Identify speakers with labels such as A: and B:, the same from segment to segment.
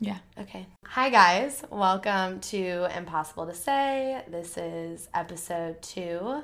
A: Yeah.
B: Okay. Hi, guys. Welcome to Impossible to Say. This is episode two,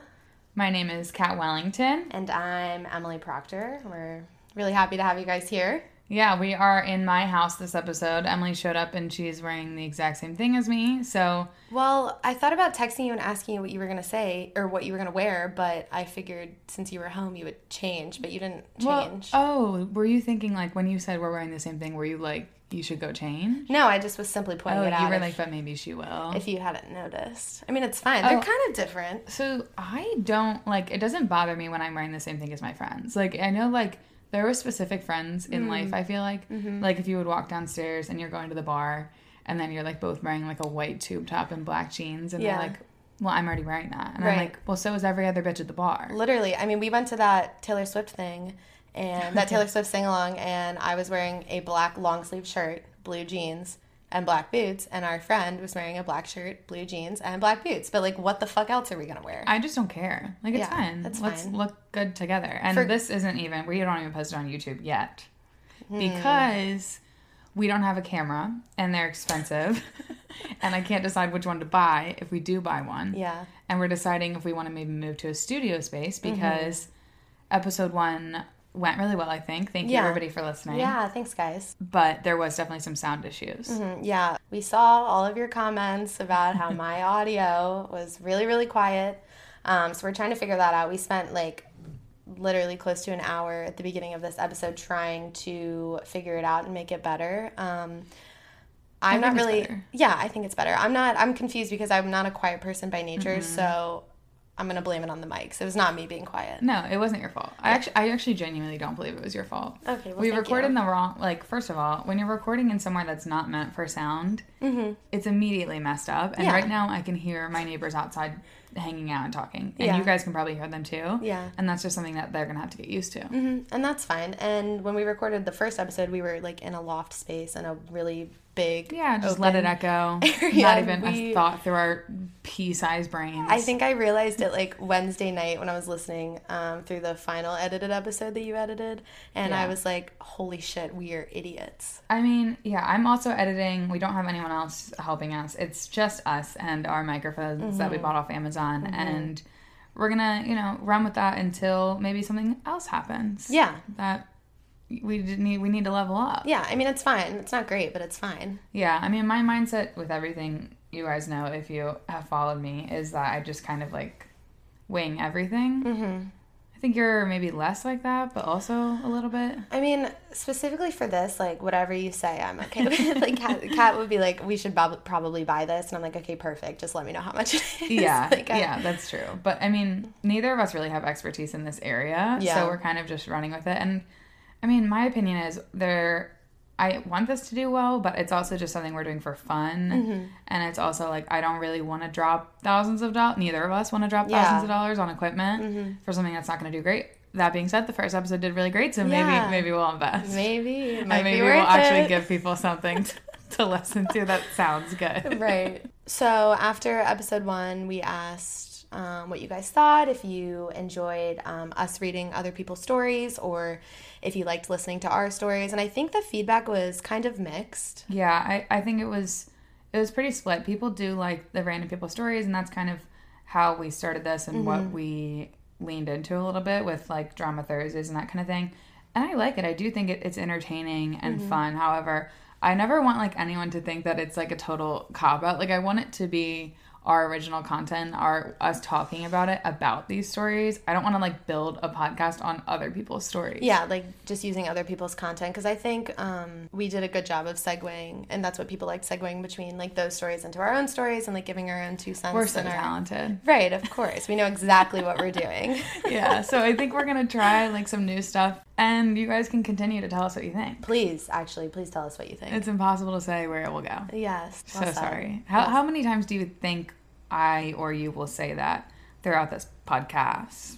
A: My name is Kat Wellington.
B: and I'm Emily Proctor. We're really happy to have you guys here.
A: Yeah, we are in my house this episode. Emily showed up and she's wearing the exact same thing as me. So,
B: Well, I thought about texting you and asking you what you were gonna say or what you were gonna wear, but I figured since you were home, you would change, but you didn't
A: well,
B: change.
A: oh, were you thinking like when you said we're wearing the same thing, were you like, you should go change?
B: no, I just was simply pointing
A: Oh,
B: it out.
A: you were
B: if,
A: like, but maybe she will.
B: if you hadn't noticed, I mean, it's fine. They're
A: Oh.
B: kind of different.
A: So I don't like it doesn't bother me when I'm wearing the same thing as my friends. Like I know like there are specific friends
B: Mm-hmm.
A: in life I feel like like if you would walk downstairs and you're going to the bar and then you're like both wearing like a white tube top and black jeans and
B: Yeah.
A: they're like well I'm already wearing that and I'm
B: Right.
A: like well so is every other bitch at the bar.
B: Literally, I mean, we went to that Taylor Swift thing and that Taylor Swift sing along, and I was wearing a black long sleeve shirt, blue jeans, and black boots, and our friend was wearing a black shirt, blue jeans, and black boots. But like, what the fuck else are we gonna wear?
A: I just don't care. Like it's
B: Yeah,
A: fine.
B: that's
A: Let's
B: fine.
A: look good together. And
B: For-
A: this isn't even we don't even post it on YouTube yet.
B: Hmm.
A: Because we don't have a camera and they're expensive. and I can't decide which one to buy if we do buy one.
B: Yeah. Mm-hmm.
A: And we're deciding if we want to maybe move to a studio space because episode 1 went really well, I think. Thank
B: Yeah.
A: you everybody for listening.
B: Yeah, thanks, guys.
A: But there was definitely some sound issues.
B: Mm, Yeah, we saw all of your comments about how my audio was really, really quiet. Um, so we're trying to figure that out. We spent like literally close to an hour at the beginning of this episode trying to figure it out and make it better. Um, I'm not
A: think it's
B: really,
A: better.
B: yeah, I think it's better. I'm not, I'm confused because I'm not a quiet person by
A: Mm-hmm.
B: nature. So I'm going to blame it on the mics. It was not me being quiet.
A: No, it wasn't your fault. I actually, I actually genuinely don't believe it was your fault.
B: Okay, well,
A: we
B: thank
A: recorded
B: you.
A: in the wrong. Like, first of all, when you're recording in somewhere that's not meant for sound, it's immediately messed up. And
B: Mm-hmm. Yeah.
A: right now, I can hear my neighbors outside hanging out and talking, and
B: Yeah.
A: you guys can probably hear them too.
B: Yeah. Mm-hmm.
A: and that's just something that they're gonna have to get used to.
B: And that's fine. And when we recorded the first episode, we were like in a loft space in a really big,
A: Yeah, just let it
B: open
A: echo.
B: area,
A: Not even
B: we-
A: a thought through our pea-sized brains.
B: I think I realized it like Wednesday night when I was listening um, through the final edited episode that you edited, and I
A: Yeah.
B: was like, "Holy shit, we are idiots."
A: I mean, yeah, I'm also editing. We don't have anyone else helping us. It's just us and our microphones that we bought off Amazon. And we're going to, you know, run with that until maybe something else happens.
B: Yeah.
A: That we did need we need to level up.
B: Yeah, I mean it's fine. It's not great, but it's fine.
A: Yeah, I mean, my mindset with everything you guys know if you have followed me is that I just kind of like wing everything. Mhm. I think you're maybe less like that, but also a little bit.
B: I mean, specifically for this, like whatever you say, I'm okay with. like Kat, Kat would be like, "We should prob- probably buy this," and I'm like, "Okay, perfect. Just let me know how much it is."
A: yeah
B: Like, I-
A: yeah that's true but i mean neither of us really have expertise in this area
B: Yeah.
A: so we're kind of just running with it and i mean my opinion is there i want this to do well but it's also just something we're doing for fun
B: Mm-hmm.
A: and it's also like i don't really want to drop thousands of dollars neither of us want to drop
B: Yeah. Mm-hmm.
A: thousands of dollars on equipment for something that's not going to do great that being said the first episode did really great so
B: Yeah.
A: maybe maybe we'll invest
B: Maybe it might
A: and maybe
B: be
A: we'll
B: worth
A: actually
B: it.
A: give people something to, to listen to that sounds good
B: right. So after episode one, we asked um, what you guys thought, if you enjoyed um, us reading other people's stories, or if you liked listening to our stories. And I think the feedback was kind of mixed.
A: Yeah, I, I think it was it was pretty split. People do like the random people stories and that's kind of how we started this and what we leaned into a little bit with like drama Thursdays and that kind of thing. And I like it. I do think it, it's entertaining and fun. However, I never want like anyone to think that it's like a total cop out. Like I want it to be our original content, our us talking about it, about these stories. I don't want to like build a podcast on other people's stories.
B: Yeah, like just using other people's content because I think um, we did a good job of segueing, and that's what people like segueing between like those stories into our own stories and like giving our own two cents.
A: We're so
B: and our-
A: talented.
B: Right, of course. We know exactly what we're doing.
A: yeah, so I think we're gonna try like some new stuff, and you guys can continue to tell us what you think.
B: Please, actually, please tell us what you think.
A: It's impossible to say where it will go.
B: yes.
A: So
B: well said.
A: sorry. How how many times do you think I or you will say that throughout this podcast?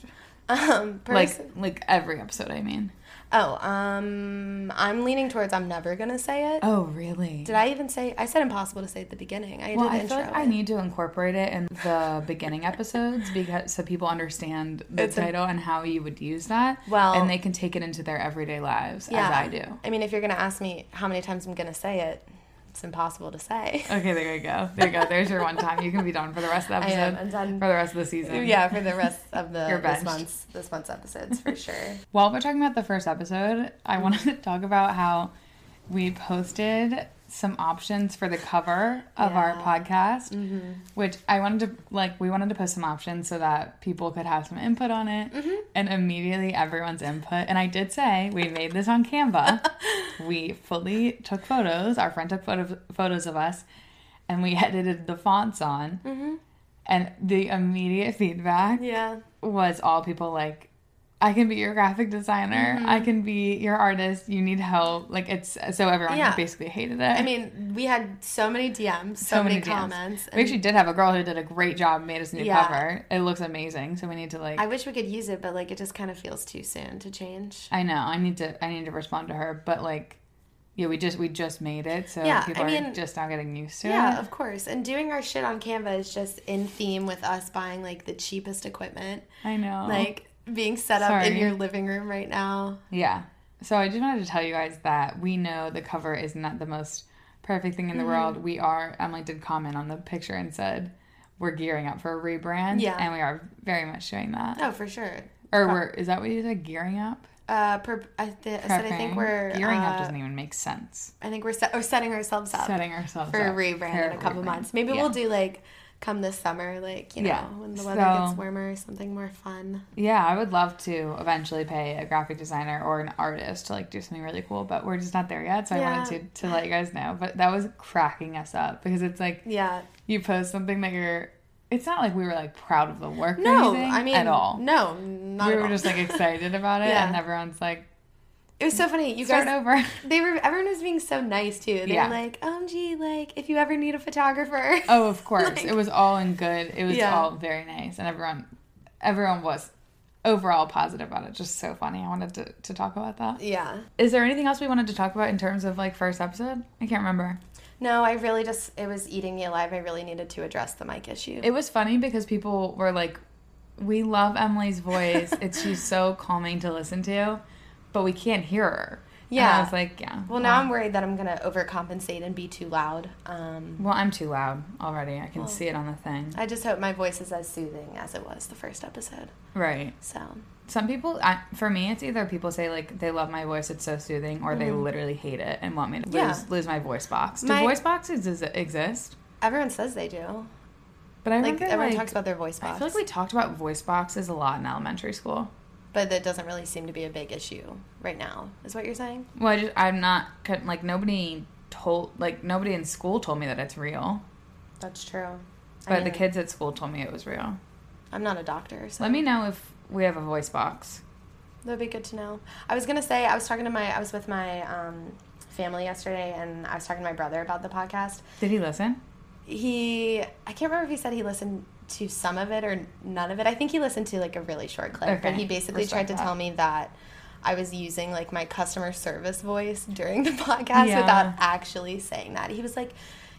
B: Um,
A: Like
B: pers-
A: like every episode, I mean.
B: oh, um, I'm leaning towards I'm never gonna say it.
A: Oh really?
B: Did I even say? I said impossible to say at the beginning. I
A: Well,
B: did
A: I
B: intro.
A: feel like
B: it.
A: I need to incorporate it in the beginning episodes because so people understand the
B: It's a-
A: title and how you would use that.
B: Well-
A: and they can take it into their everyday lives as I do.
B: I mean, if you're gonna ask me how many times I'm gonna say it, it's impossible to say.
A: Okay, there you go. There you go. There's your one time. You can be done for the rest of the
B: I
A: episode.
B: am. I'm done.
A: for the rest of the season.
B: yeah, for the rest of the
A: You're
B: this
A: benched.
B: month's this month's episodes for sure.
A: While we're talking about the first episode, I wanted to talk about how we posted some options for the cover of our
B: Yeah.
A: podcast, which I wanted to like. We wanted to post some options so that people could have some input on it, and immediately everyone's input. And I did say we made this on Canva. we fully took photos. Our friend took photo- photos of us, and we edited the fonts on. And the immediate feedback
B: Yeah.
A: was all people like I can be your graphic designer.
B: Mm-hmm.
A: I can be your artist. You need help. Like it's so everyone
B: Yeah.
A: basically hated it.
B: I mean, we had so many DMs, so, many,
A: DMs.
B: comments.
A: We actually did have a girl who did a great job, made us a new
B: Yeah.
A: cover. It looks amazing. So we need to like.
B: I
A: I,
B: wish we could use it, but like it just kind of feels too soon to change.
A: know. I need to. I need to respond to her. But like, yeah, we just we just made it. So
B: Yeah,
A: people
B: I
A: are
B: mean-
A: just now getting used to
B: Yeah,
A: it.
B: of course. And doing our shit on Canva is just in theme with us buying like the cheapest equipment,
A: I know.
B: like being set up in
A: Oh. Sorry.
B: your living room right now.
A: Yeah. So I just wanted to tell you guys that we know the cover is not the most perfect thing in the
B: Mm-hmm.
A: world. We are, Emily did comment on the picture and said, we're gearing up for a rebrand.
B: Yeah.
A: And we are very much doing that.
B: Oh, for sure.
A: Or we're, is that what you said? Gearing up?
B: Uh, per, I, th- I said I think
A: Preparing?
B: we're
A: Gearing up
B: uh,
A: doesn't even make sense.
B: I think we're, set, we're setting ourselves up
A: Setting ourselves
B: for a
A: up
B: rebrand in a couple
A: rebrand.
B: months. Maybe
A: Yeah.
B: we'll do like come this summer, like you know,
A: Yeah.
B: when the weather
A: So-
B: gets warmer, something more fun.
A: Yeah, I would love to eventually pay a graphic designer or an artist to like do something really cool, but we're just not there yet. So I
B: Yeah.
A: wanted to, to let you guys know. But that was cracking us up because it's like
B: Yeah.
A: you post something that you're it's not like we were like proud of the work
B: No,
A: or anything
B: I mean,
A: at all
B: No, not
A: we
B: at
A: were
B: all.
A: just like excited about it
B: Yeah.
A: and everyone's like
B: it was so funny. You
A: start
B: guys,
A: over
B: they were everyone was being so nice too. They
A: Yeah.
B: were like, "OMG, like if you ever need a photographer."
A: oh of course
B: Like-
A: it was all in good it was
B: Yeah.
A: all very nice and everyone everyone was overall positive about it just so funny i wanted to, to talk about that
B: Yeah.
A: is there anything else we wanted to talk about in terms of like first episode i can't remember
B: No, I really just it was eating me alive. I really needed to address the mic issue.
A: It was funny because people were like, "We love Emily's voice. it's she's so calming to listen to, but we can't hear her." And
B: Yeah.
A: I was like, "Yeah."
B: well, now I'm worried that I'm gonna overcompensate and be too loud. Um,
A: Well, I'm too loud already. I can see it on the thing.
B: Oh. I just hope my voice is as soothing as it was the first episode.
A: Right.
B: So
A: Some people, I, for me, it's either people say like they love my voice, it's so soothing, or they literally hate it and want me to lose
B: Mm-hmm. Yeah.
A: lose my voice box. Do
B: My-
A: voice boxes ex- exist?
B: everyone says they do.
A: But I
B: Like
A: remember
B: everyone
A: like,
B: talks about their voice box,
A: I feel like we talked about voice boxes a lot in elementary school.
B: but that doesn't really seem to be a big issue right now. Is what you're saying?
A: Well, I just, I'm not couldn't- like nobody told like nobody in school told me that it's real,
B: That's true.
A: but the kids at school told me it was real.
B: I'm not a doctor, so
A: Let me know if we have a voice box.
B: that'd be good to know. I was gonna say I was talking to my I was with my um, family yesterday, and I was talking to my brother about the podcast.
A: Did he listen?
B: He I can't remember if he said he listened to some of it or none of it. I think he listened to like a really short clip, but
A: Okay.
B: he basically tried
A: Respect
B: to
A: that.
B: tell me that. I was using like my customer service voice during the podcast
A: Yeah.
B: without actually saying that. He was like,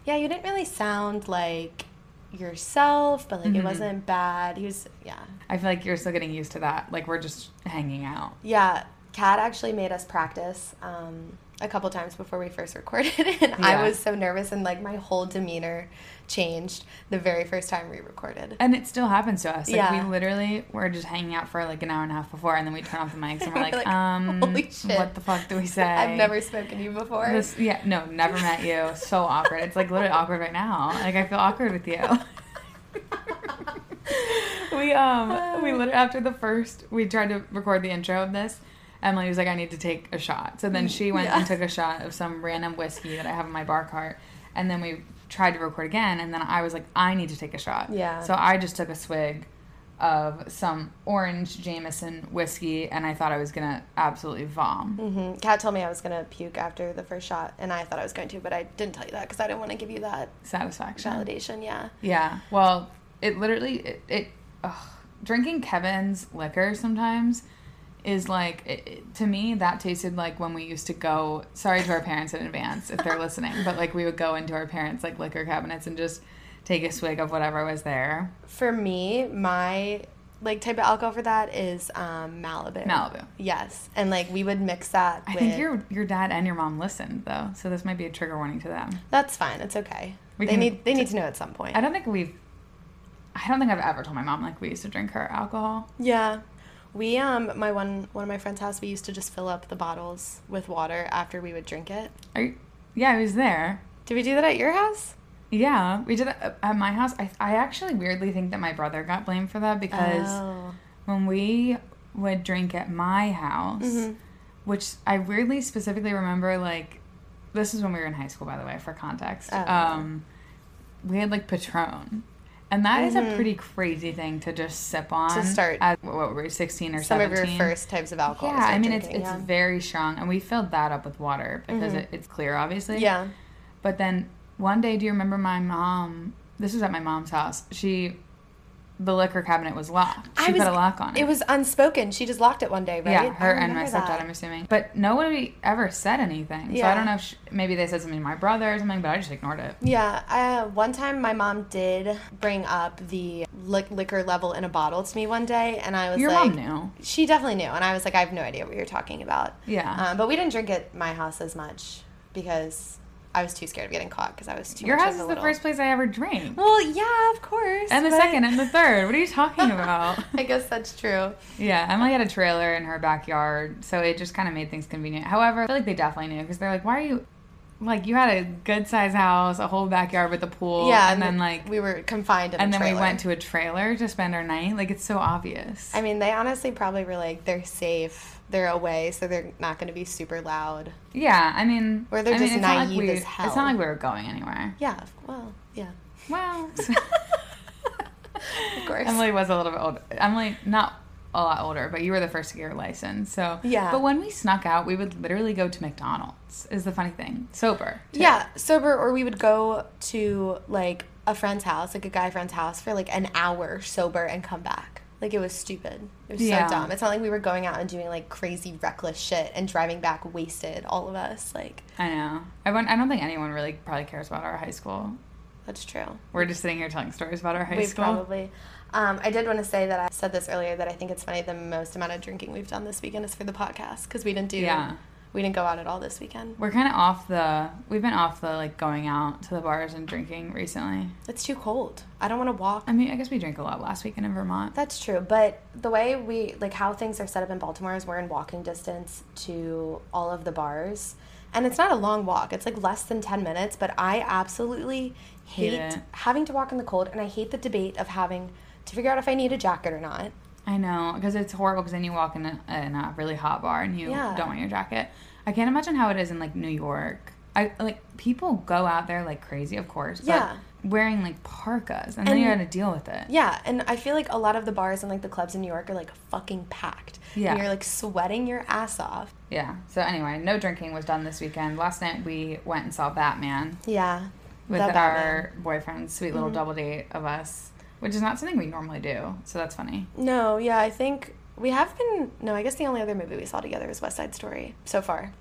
B: "Yeah, you didn't really sound like yourself, but like
A: Mm-hmm.
B: it wasn't bad." He was, yeah,
A: I feel like you're still getting used to that. Like we're just hanging out.
B: Yeah, Kat actually made us practice um, a couple times before we first recorded, and
A: Yeah.
B: I was so nervous, and like my whole demeanor changed the very first time we recorded.
A: And it still happens to us. Like
B: Yeah.
A: we literally were just hanging out for like an hour and a half before and then we turn off the mics and we're
B: We're
A: like,
B: like,
A: um
B: "Holy shit."
A: what the fuck do we say?
B: I've never spoken to you before.
A: this yeah, no, never met you. So awkward. It's like literally awkward right now. Like I feel awkward with you. we um we literally after the first we tried to record the intro of this. Emily was like, I need to take a shot. So then she went and took a shot of some random whiskey that I have in my bar cart. And then we tried to record again. And then I was like, I need to take a shot.
B: Yeah.
A: So I just took a swig of some orange Jameson whiskey. And I thought I was going to absolutely vom.
B: Mhm. Kat told me I was gonna puke after the first shot, and I thought I was going to, but I didn't tell you that because I didn't want to give you that
A: Satisfaction.
B: validation. Yeah.
A: Yeah. Well, it literally it, it ugh. drinking Kevin's liquor sometimes is like it, it- to me that tasted like when we used to go. Sorry to our parents in advance if they're listening, but like we would go into our parents' like liquor cabinets and just take a swig of whatever was there.
B: For me, my like type of alcohol for that is um, Malibu.
A: Malibu.
B: Yes, and like we would mix that.
A: I
B: with,
A: think your your dad and your mom listened though, so this might be a trigger warning to them.
B: That's fine. It's okay.
A: We
B: they
A: can-
B: need they need to know at some point.
A: I don't think we've. I don't think I've ever told my mom like we used to drink her alcohol.
B: Yeah. We um my one one of my friends' house we used to just fill up the bottles with water after we would drink it.
A: Are you, yeah, I was there.
B: Did we do that at your house?
A: Yeah, we did that uh, at my house. I, I actually weirdly think that my brother got blamed for that because
B: Oh.
A: when we would drink at my house,
B: Mm-hmm.
A: which I weirdly specifically remember, like, this is when we were in high school, by the way, for context.
B: Oh.
A: Um, we had like Patron. And that is a pretty crazy thing to just sip on.
B: Mm-hmm. start-
A: at what, what were you, sixteen or
B: some of
A: seventeen?
B: your first types of alcohol.
A: Yeah,
B: is what
A: I mean it's
B: drinking, Mm-hmm.
A: it's very strong, and we filled that up with water because it, it's clear, obviously.
B: yeah. yeah.
A: But then one day, do you remember my mom? This was at my mom's house. She, the liquor cabinet was locked. She
B: I was-
A: put a lock on it.
B: It was unspoken. She just locked it one day, right?
A: yeah, her
B: I
A: and my
B: remember
A: stepdad.
B: that.
A: I'm assuming, but nobody ever said anything. So I
B: Yeah.
A: don't know if she, maybe they said something to my brother or something, but I just ignored it.
B: Yeah, uh, one time my mom did bring up the li- liquor level in a bottle to me one day, and I was
A: Your
B: like,
A: mom knew.
B: She definitely knew, and I was like, I have no idea what you're talking about.
A: Yeah.
B: um, but we didn't drink at my house as much because I was too scared of getting caught because I was too.
A: Your
B: much
A: house
B: of
A: is
B: a
A: the
B: little-
A: first place I ever drank,
B: Well, yeah, of course.
A: and the
B: but-
A: second, and the third. What are you talking about?
B: I guess that's true.
A: yeah, Emily had a trailer in her backyard, so it just kind of made things convenient. However, I feel like they definitely knew because they're like, "Why are you?" Like you had a good sized house, a whole backyard with a pool,
B: Yeah,
A: and then like
B: we were confined in
A: and
B: a
A: then we
B: trailer.
A: went to a trailer to spend our night. Like it's so obvious.
B: I mean, they honestly probably were like, they're safe, they're away, so they're not going to be super loud.
A: yeah, I mean,
B: Or they're
A: I mean,
B: just
A: it's not
B: naive
A: we,
B: as hell.
A: It's not like we were going anywhere.
B: Yeah, of- well, yeah,
A: Well,
B: of course.
A: Emily was a little bit older. Emily, not a lot older, but you were the first to get your license. So
B: Yeah.
A: But when we snuck out, we would literally go to McDonald's. Is the funny thing sober?
B: yeah, sober, or we would go to like a friend's house, like a guy friend's house, for like an hour sober and come back. Like it was stupid. It was
A: Yeah.
B: so dumb. It's not like we were going out and doing like crazy reckless shit and driving back wasted. All of us, like
A: I know. I won't, I don't think anyone really probably cares about our high school.
B: that's true.
A: We're just sitting here telling stories about our high
B: we
A: school.
B: probably. Um, I did want to say that I said this earlier that I think it's funny the most amount of drinking we've done this weekend is for the podcast because we didn't do
A: Yeah.
B: we didn't go out at all this weekend.
A: We're kind of off the. We've been off the like going out to the bars and drinking recently.
B: It's too cold. I don't want to walk.
A: I mean, I guess we drank a lot last weekend in Vermont.
B: That's true, but the way we like how things are set up in Baltimore is we're in walking distance to all of the bars. And it's not a long walk. It's like less than 10 minutes, but I absolutely hate,
A: Hate it.
B: having to walk in the cold and I hate the debate of having to figure out if I need a jacket or not.
A: I know, because it's horrible. Because then you walk in a, in a really hot bar and you
B: Yeah.
A: don't want your jacket. I can't imagine how it is in like New York. I like people go out there like crazy, of course. But
B: Yeah.
A: Wearing like parkas, and, then you got to deal with it.
B: Yeah, and I feel like a lot of the bars and like the clubs in New York are like fucking packed.
A: Yeah.
B: And you're like sweating your ass off.
A: Yeah. So anyway, no drinking was done this weekend. Last night we went and saw Batman
B: Yeah.
A: with
B: the Batman.
A: our boyfriend's sweet
B: Mm-hmm.
A: little double date of us, which is not something we normally do. So that's funny.
B: No, yeah, I think we have been no, I guess the only other movie we saw together is West Side Story so far.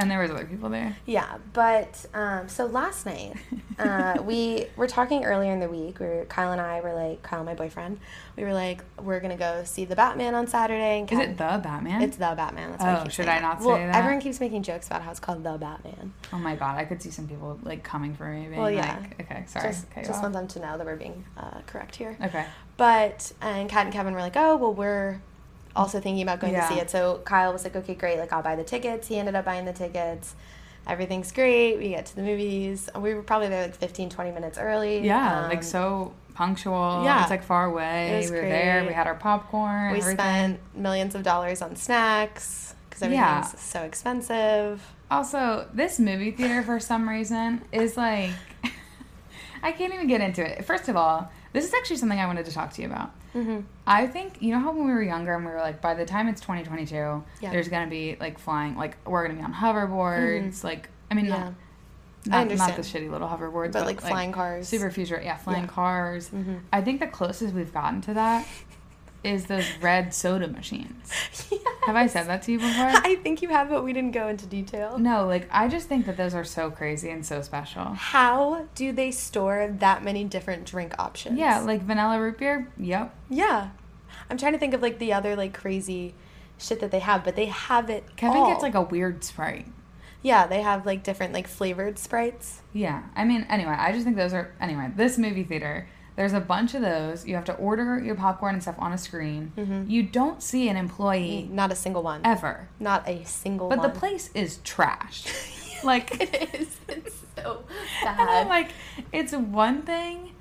A: And there was other people there.
B: Yeah, but um, so last night uh, we were talking earlier in the week. We were, Kyle and I were like, Kyle, my boyfriend, we were like, we're gonna go see the Batman on Saturday. And
A: Is
B: Kat-
A: it the Batman?
B: It's the Batman. That's why
A: Oh,
B: keep
A: should
B: saying
A: I not
B: well,
A: say that?
B: Everyone keeps making jokes about how it's called the Batman.
A: oh my god, I could see some people like coming for me. Being
B: Well, yeah.
A: Like, okay, sorry.
B: Just,
A: okay,
B: just
A: well.
B: want them to know that we're being uh, correct here.
A: okay.
B: But and Kat and Kevin were like, oh well, we're also thinking about going
A: Yeah.
B: to see it. So Kyle was like, okay, great, like I'll buy the tickets. He ended up buying the tickets. Everything's great. We get to the movies. We were probably there like 15, 20 minutes early.
A: Yeah,
B: Um,
A: like so punctual.
B: Yeah.
A: It's like far away.
B: It was
A: we were there.
B: great.
A: We had our popcorn.
B: We
A: everything.
B: spent millions of dollars on snacks because everything's
A: Yeah.
B: so expensive.
A: Also, this movie theater for some reason is like I can't even get into it. First of all, this is actually something I wanted to talk to you about.
B: Mm-hmm.
A: I think you know how when we were younger and we were like, by the time it's 2022,
B: Yeah.
A: there's gonna be like flying, like we're gonna be on hoverboards, like I mean,
B: Mm-hmm. Yeah.
A: not,
B: I
A: not, not the
B: understand.
A: shitty little hoverboards,
B: But, like, flying cars. Mm-hmm.
A: super future, yeah, flying cars. I think the closest we've gotten to that is those red soda machines. Have I said that to you before?
B: I think you have, but we didn't go into detail.
A: No, like I just think that those are so crazy and so special.
B: How do they store that many different drink options?
A: Yeah, like vanilla root beer. Yep.
B: Yeah. I'm trying to think of like the other like crazy shit that they have, but they have it.
A: Kevin
B: all.
A: gets like a weird sprite.
B: Yeah, they have like different like flavored sprites.
A: Yeah. I mean, anyway, I just think those are anyway. This movie theater, there's a bunch of those. You have to order your popcorn and stuff on a screen.
B: Mm-hmm.
A: You don't see an employee
B: Not a single one.
A: ever,
B: Not a single
A: but
B: Mm-hmm. one.
A: the place is trash. like,
B: it is. It's so
A: and
B: bad.
A: I'm like, it's one thing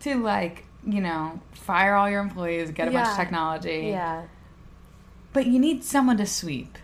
A: to like, you know, fire all your employees, get a bunch
B: Yeah.
A: of technology,
B: yeah.
A: but you need someone to sweep.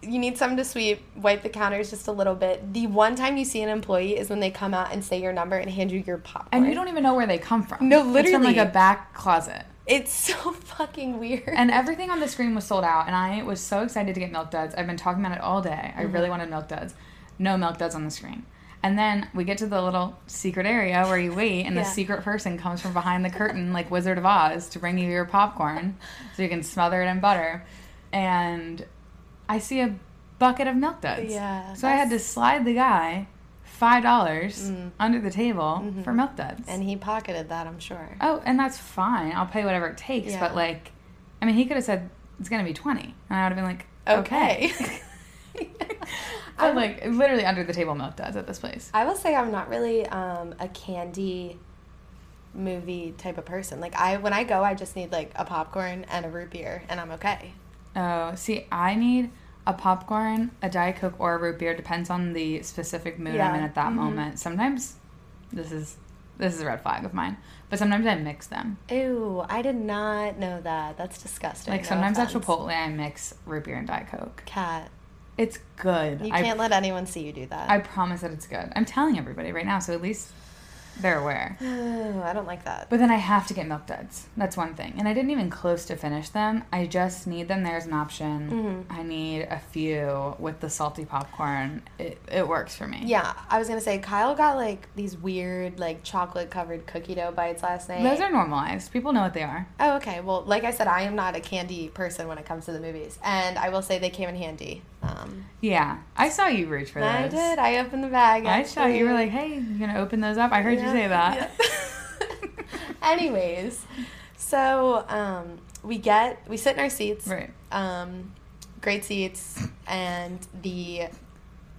B: You need someone to sweep, wipe the counters just a little bit. The one time you see an employee is when they come out and say your number and hand you your popcorn.
A: And you don't even know where they come from.
B: No,
A: It's from like
B: literally.
A: a back closet.
B: It's so fucking weird.
A: And everything on the screen was sold out, and I was so excited to get milk duds. I've been talking about it all day. I
B: Mm-hmm.
A: really wanted milk duds. No milk duds on the screen. And then we get to the little secret area where you wait, and
B: Yeah.
A: the secret person comes from behind the curtain, like Wizard of Oz, to bring you your popcorn so you can smother it in butter. And I see a bucket of milk duds.
B: Yeah,
A: So I had to slide the guy $5 under the table for milk
B: Mm.
A: duds.
B: Mm-hmm. and he pocketed that, I'm sure.
A: Oh, and that's fine. I'll pay whatever it takes.
B: Yeah.
A: But like, I mean, he could have said it's gonna be twenty, and I would have been like, okay.
B: Okay.
A: but like, literally under the table milk does at this place.
B: I will say I'm not really um, a candy movie type of person. Like I when I go, I just need like a popcorn and a root beer and I'm okay.
A: Oh, see, I need a popcorn, a diet coke, or a root beer. Depends on the specific mood
B: Yeah. Mm-hmm.
A: I'm in at that moment. Sometimes, this is this is a red flag of mine. But sometimes I mix them.
B: Ew, I did not know that. That's disgusting.
A: Like
B: No
A: sometimes at
B: offense.
A: Chipotle, I mix root beer and diet coke.
B: Cat,
A: It's good.
B: you
A: I
B: can't let anyone see you do that.
A: I promise that it's good. I'm telling everybody right now, so at least they're aware.
B: Ooh, I don't like that.
A: But then I have to get milk duds. That's one thing. And I didn't even close to finish them. I just need them there as an option.
B: Mm-hmm.
A: I need a few with the salty popcorn. It, it works for me.
B: Yeah, I was gonna say Kyle got like these weird like chocolate covered cookie dough bites last night.
A: Those are normalized. People know what they are.
B: oh, okay. Well, like I said, I am not a candy person when it comes to the movies, and I will say they came in handy. Um,
A: Yeah. I saw you reach for those.
B: I did. I opened the bag.
A: I saw you were
B: actually.
A: like, hey, you going to open those up? I heard you
B: Yeah,
A: say that.
B: yeah. Anyways, so um, we get we sit in our seats.
A: Right.
B: Um, great seats, and the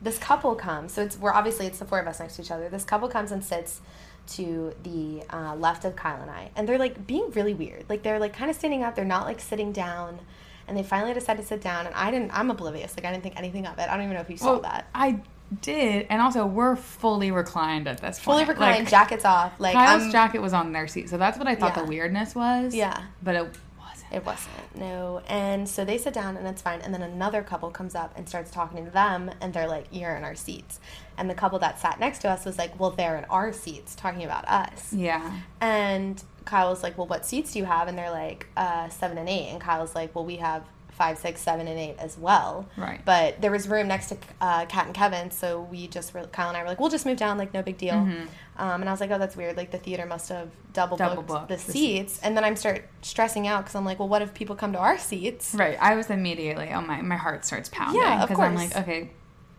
B: this couple comes. So it's we're obviously it's the four of us next to each other. This couple comes and sits to the uh, left of Kyle and I, and they're like being really weird. Like they're like kind of standing up. They're not like sitting down. And they finally decide to sit down, and I didn't. I'm oblivious. Like I didn't think anything of it. I don't even know if you saw
A: Well,
B: that.
A: I did. And also, we're fully reclined at this
B: Fully
A: point.
B: reclined,
A: Like,
B: jackets off. Like
A: Kyle's
B: I'm
A: jacket was on their seat, so that's what I thought
B: Yeah.
A: the weirdness was.
B: Yeah.
A: but it wasn't.
B: It wasn't, no. And so they sit down and it's fine. And then another couple comes up and starts talking to them, and they're like, You're in our seats. And the couple that sat next to us was like, Well, they're in our seats, talking about us.
A: Yeah,
B: And Kyle was like, Well, what seats do you have? And they're like, uh, Seven and eight. And Kyle's like, Well, we have five, six, seven, and eight as well.
A: Right.
B: But there was room next to uh, Kat and Kevin. So we just, were, Kyle and I were like, We'll just move down, like, no big deal. Um, and I was like, Oh, that's weird. Like, the theater must have double,
A: Mm-hmm. Double
B: booked
A: booked
B: the,
A: the
B: seats. And then I'm start stressing out because I'm like, Well, what if people come to our seats?
A: right. I was immediately. Oh my, my heart starts pounding
B: Yeah, of
A: I'm
B: course. Mm-hmm.
A: like, okay,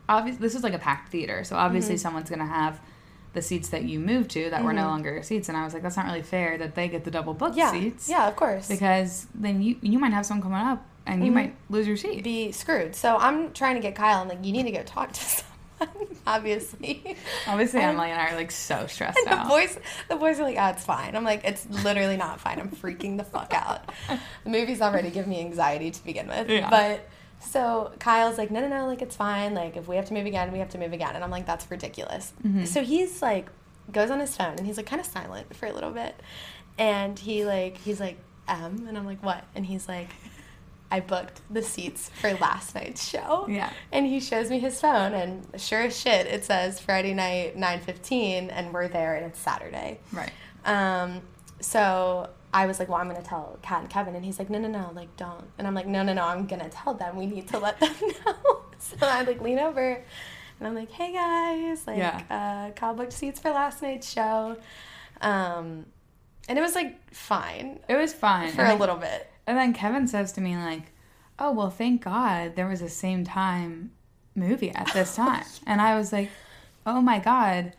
A: obviously this is like a packed theater, so obviously someone's gonna have the seats that you moved to that were no longer your seats, and I was like, that's not really fair that they get the double booked
B: Yeah.
A: seats.
B: Yeah, of course.
A: because then you you might have someone coming up and
B: Mm-hmm.
A: you might lose your seat.
B: be screwed. So I'm trying to get Kyle. I'm like, You need to go talk to someone, obviously.
A: obviously, Emily and I are like so stressed
B: The
A: out.
B: boys, the boys are like, "Ah, it's fine." I'm like, "It's literally not fine. I'm freaking the fuck out." The movie's already giving me anxiety to begin with.
A: Yeah.
B: But so Kyle's like, "No, no, no. Like, it's fine. Like, if we have to move again, we have to move again." And I'm like,
A: Mm-hmm.
B: "That's ridiculous." So he's like, goes on his phone and he's like, kind of silent for a little bit, and he like he's like M, and I'm like what? And he's like, I booked the seats for last night's show.
A: Yeah.
B: And he shows me his phone, and sure as shit, it says Friday night nine fifteen, and we're there, and it's Saturday.
A: Right.
B: Um, so I was like, well, I'm gonna tell Kat and Kevin, and he's like, no, no, no, like don't. And I'm like, no, no, no, I'm gonna tell them. We need to let them know. so I like lean over, and I'm like, hey guys, like,
A: Yeah.
B: uh, Kyle booked seats for last night's show, um, and it was like fine
A: It was fun.
B: for a little bit.
A: And then Kevin says to me like, "Oh well, thank God there was a same time movie at this time." and I was like, "Oh my God,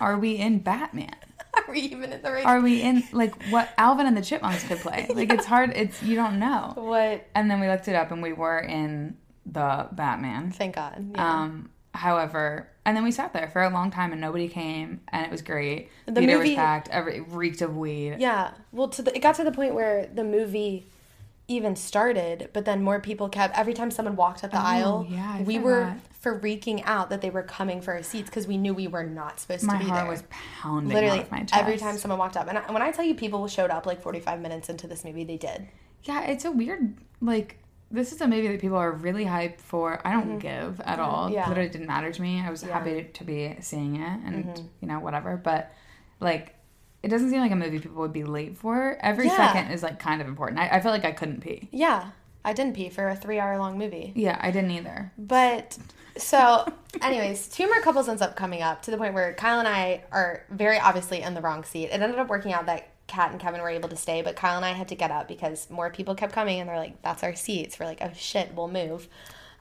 A: are we in Batman?
B: Are we even in the right?
A: Are we in like what Alvin and the Chipmunks could play? Like it's hard. It's you don't know."
B: what?
A: And then we looked it up, and we were in the Batman.
B: Thank God. Yeah.
A: Um, however, and then we sat there for a long time, and nobody came, and it was great. The
B: The
A: theater
B: movie-
A: was packed. Every it reeked of weed.
B: Yeah. Well, to the, it got to the point where the movie even started, but then more people kept every time someone walked up the aisle.
A: Oh, yeah, I
B: we were
A: forgot.
B: freaking out that they were coming for our seats because we knew we were not supposed to
A: My
B: be
A: heart
B: there.
A: was pounding.
B: Literally
A: out of my chest.
B: every time someone walked up, and I, when I tell you people showed up like forty five minutes into this movie, they did.
A: Yeah, it's a weird like this is a movie that people are really hyped for. I don't give at all.
B: Mm-hmm. Yeah.
A: Literally didn't matter to me. I was happy to be seeing it and
B: Mm-hmm.
A: you know, whatever. But like it doesn't seem like a movie people would be late for. Every
B: Yeah.
A: second is like kind of important. I, I feel like I couldn't pee.
B: Yeah, I didn't pee for a three hour long movie.
A: Yeah, I didn't either.
B: But so, anyways, two more couples ends up coming up to the point where Kyle and I are very obviously in the wrong seat. It ended up working out that Kat and Kevin were able to stay, but Kyle and I had to get up because more people kept coming and they're like, that's our seats. We're like, oh shit, we'll move.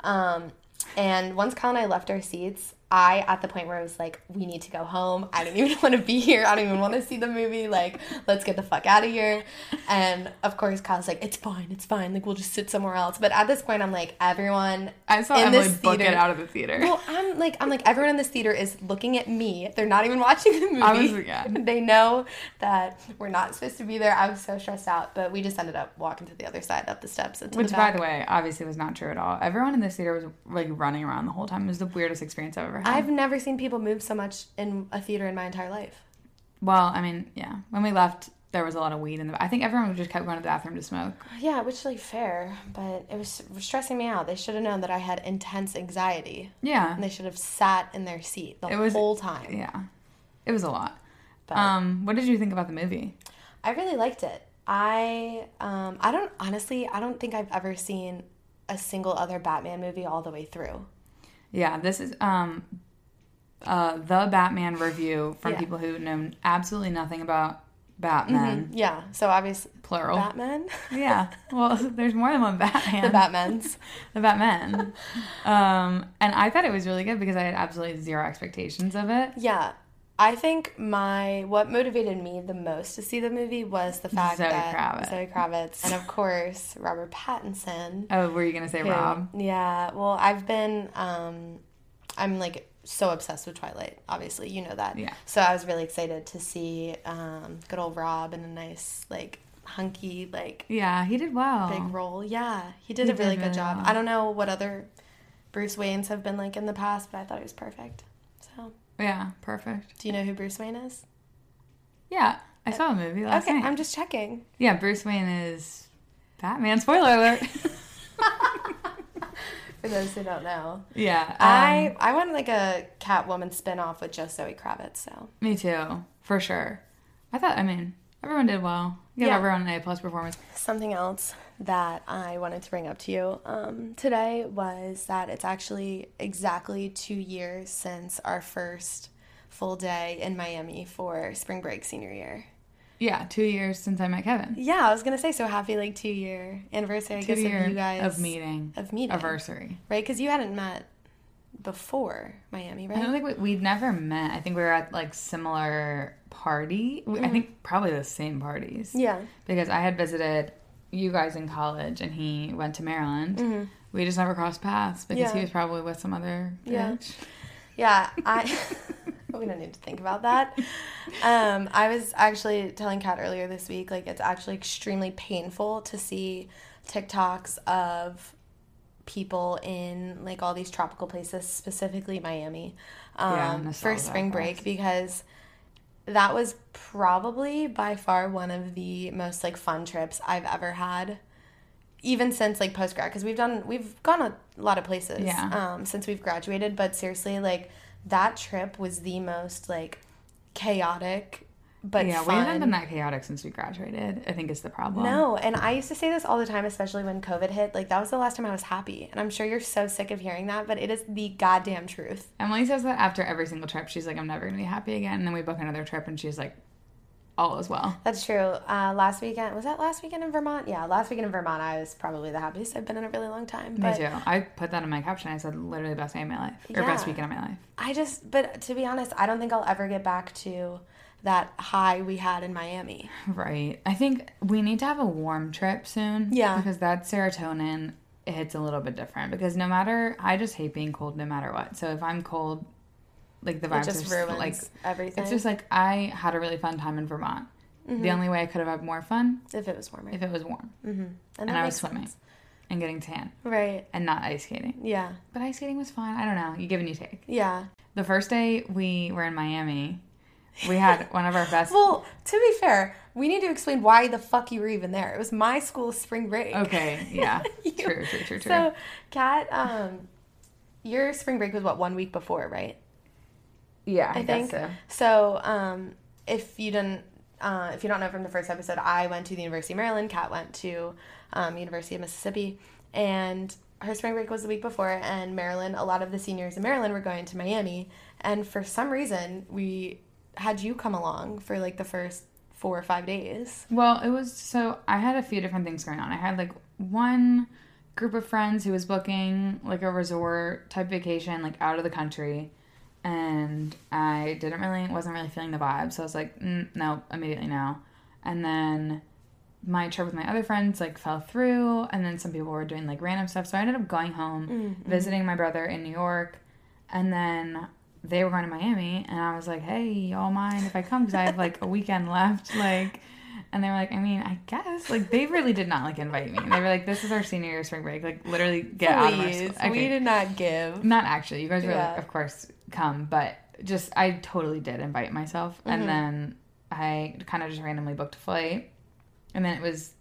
B: Um, and once Kyle and I left our seats, I, at the point where I was like, we need to go home. I don't even want to be here. I don't even want to see the movie. Like, let's get the fuck out of here. And of course, Kyle's like, it's fine, it's fine. Like, we'll just sit somewhere else. But at this point, I'm like, everyone
A: I saw
B: In
A: Emily
B: this
A: book it
B: theater-
A: out of the theater.
B: well, I'm like, I'm like, everyone in this theater is looking at me. They're not even watching the movie.
A: I was- yeah.
B: They know that we're not supposed to be there. I was so stressed out, but we just ended up walking to the other side up the steps. Into
A: Which,
B: the
A: by
B: back.
A: the way, obviously was not true at all. Everyone in this theater was like running around the whole time. It was the weirdest experience I've ever had.
B: I've never seen people move so much in a theater in my entire life.
A: well, I mean, yeah. When we left, there was a lot of weed in the. I think everyone just kept going to the bathroom to smoke.
B: Yeah, which like fair, but it was stressing me out. They should have known that I had intense anxiety,
A: Yeah.
B: and they should have sat in their seat the
A: It was-
B: whole time.
A: Yeah, it was a lot.
B: But-
A: um, what did you think about the movie?
B: I really liked it. I um I don't honestly I don't think I've ever seen a single other Batman movie all the way through.
A: Yeah, this is um, uh, the Batman review from
B: Yeah.
A: people who know absolutely nothing about Batman,
B: Yeah, so obviously
A: plural.
B: Batman,
A: yeah, well, there's more than one Batman.
B: the Batmans.
A: the Batman. um, and I thought it was really good because I had absolutely zero expectations of it.
B: Yeah. I think my what motivated me the most to see the movie was the fact
A: Zoe
B: that
A: Kravitz.
B: Zoe Kravitz and of course Robert Pattinson.
A: Oh, were you gonna say
B: who-
A: Rob?
B: Yeah. Well, I've been um I'm like so obsessed with Twilight, obviously. You know that.
A: Yeah.
B: So I was really excited to see um good old Rob in a nice like hunky like
A: Yeah, he did well.
B: big role. Yeah. He did
A: He
B: a really good
A: did really
B: job.
A: well.
B: I don't know what other Bruce Waynes have been like in the past, but I thought he was perfect. So,
A: Yeah, perfect.
B: do you know who Bruce Wayne is?
A: Yeah, I saw a movie last
B: Okay,
A: night.
B: I'm just checking.
A: Yeah, Bruce Wayne is Batman. Spoiler alert.
B: For those who don't know,
A: yeah, um,
B: I I want like a Catwoman spin-off with just Zoe Kravitz. So
A: Me too, for sure. I thought, I mean, everyone did well. You gave
B: Yeah.
A: everyone an A plus performance.
B: Something else that I wanted to bring up to you um, today was that it's actually exactly two years since our first full day in Miami for spring break senior year.
A: Yeah, two years since I met Kevin.
B: Yeah, I was gonna say so happy like two year anniversary. I
A: Two
B: guess
A: year
B: of you guys
A: of meeting,
B: of meeting
A: anniversary.
B: right because you hadn't met before Miami,
A: I don't
B: right?
A: think we, we'd never met. I think we were at like similar party. we I think probably the same parties.
B: Mm-hmm. Yeah,
A: Because I had visited you guys in college, and he went to Maryland. We just never crossed paths because
B: Mm-hmm.
A: he
B: Yeah.
A: was probably with some other
B: Yeah.
A: bitch.
B: yeah. I we don't need to think about that. Um, I was actually telling Kat earlier this week, like it's actually extremely painful to see TikToks of people in like all these tropical places, specifically Miami, um,
A: Yeah, I saw
B: for
A: that
B: spring break because that was probably by far one of the most like fun trips I've ever had, even since like post grad. Because we've done we've gone a lot of places
A: Yeah.
B: um, since we've graduated. But seriously, like that trip was the most like chaotic, but
A: yeah, we
B: fun.
A: haven't been that chaotic since we graduated. I think is the problem.
B: No, and I used to say this all the time, especially when COVID hit. Like that was the last time I was happy, and I'm sure you're so sick of hearing that, but it is the goddamn truth.
A: Emily says that after every single trip, she's like, "I'm never gonna be happy again." And then we book another trip, and she's like, "All is well."
B: That's true. Uh, last weekend was that last weekend in Vermont? Yeah, last weekend in Vermont, I was probably the happiest I've been in a really long time.
A: Me
B: But
A: too. I put that in my caption. I said, "Literally best day of my life, or best
B: Yeah.
A: weekend of my life."
B: I just, but to be honest, I don't think I'll ever get back to that high we had in Miami.
A: Right. I think we need to have a warm trip soon.
B: Yeah.
A: Because that serotonin it hits a little bit different. Because no matter, I just hate being cold no matter what. So if I'm cold, like the
B: It
A: vibes
B: just
A: are
B: ruins
A: ruins. like
B: everything.
A: it's just like I had a really fun time in Vermont. The only way I could have had more fun
B: if it was warmer,
A: if it was warm
B: and,
A: and,
B: Mm-hmm. that
A: I was
B: makes
A: swimming
B: sense.
A: and getting tan
B: Right?
A: and not ice skating.
B: Yeah.
A: But ice skating was fun. I don't know. You give and you take.
B: Yeah.
A: The first day we were in Miami, we had one of our best.
B: Well, to be fair, we need to explain why the fuck you were even there. It was my school's spring break.
A: okay. Yeah. Oh, True. True. True. True.
B: So, Kat, um, your spring break was what one week before, right?
A: yeah.
B: I, think
A: guess so.
B: so. um, if you didn't, uh, if you don't know from the first episode, I went to the University of Maryland. Kat went to um, University of Mississippi, and her spring break was the week before. And Maryland, a lot of the seniors in Maryland were going to Miami, and for some reason, we had you come along for like the first four or five days.
A: Well, it was so I had a few different things going on. I had like one group of friends who was booking like a resort type vacation, like out of the country, and I didn't really wasn't really feeling the vibe, so I was like, mm, no, immediately no. And then my trip with my other friends like fell through, and then some people were doing like random stuff, so I ended up going home,
B: Mm-hmm.
A: visiting my brother in New York, and then. They were going to Miami, and I was like, "Hey, y'all mind if I come? Because I have like a weekend left. Like, and they were like, I mean, I guess. Like, they really did not like invite me. They were like, this is our senior year spring break. Like, literally get out of our
B: Please,
A: school.
B: we
A: Okay.
B: did not give.
A: Not actually. You guys were
B: Yeah.
A: like, of course, come. But just, I totally did invite myself.
B: Mm-hmm.
A: And then I kind of just randomly booked a flight. And then it was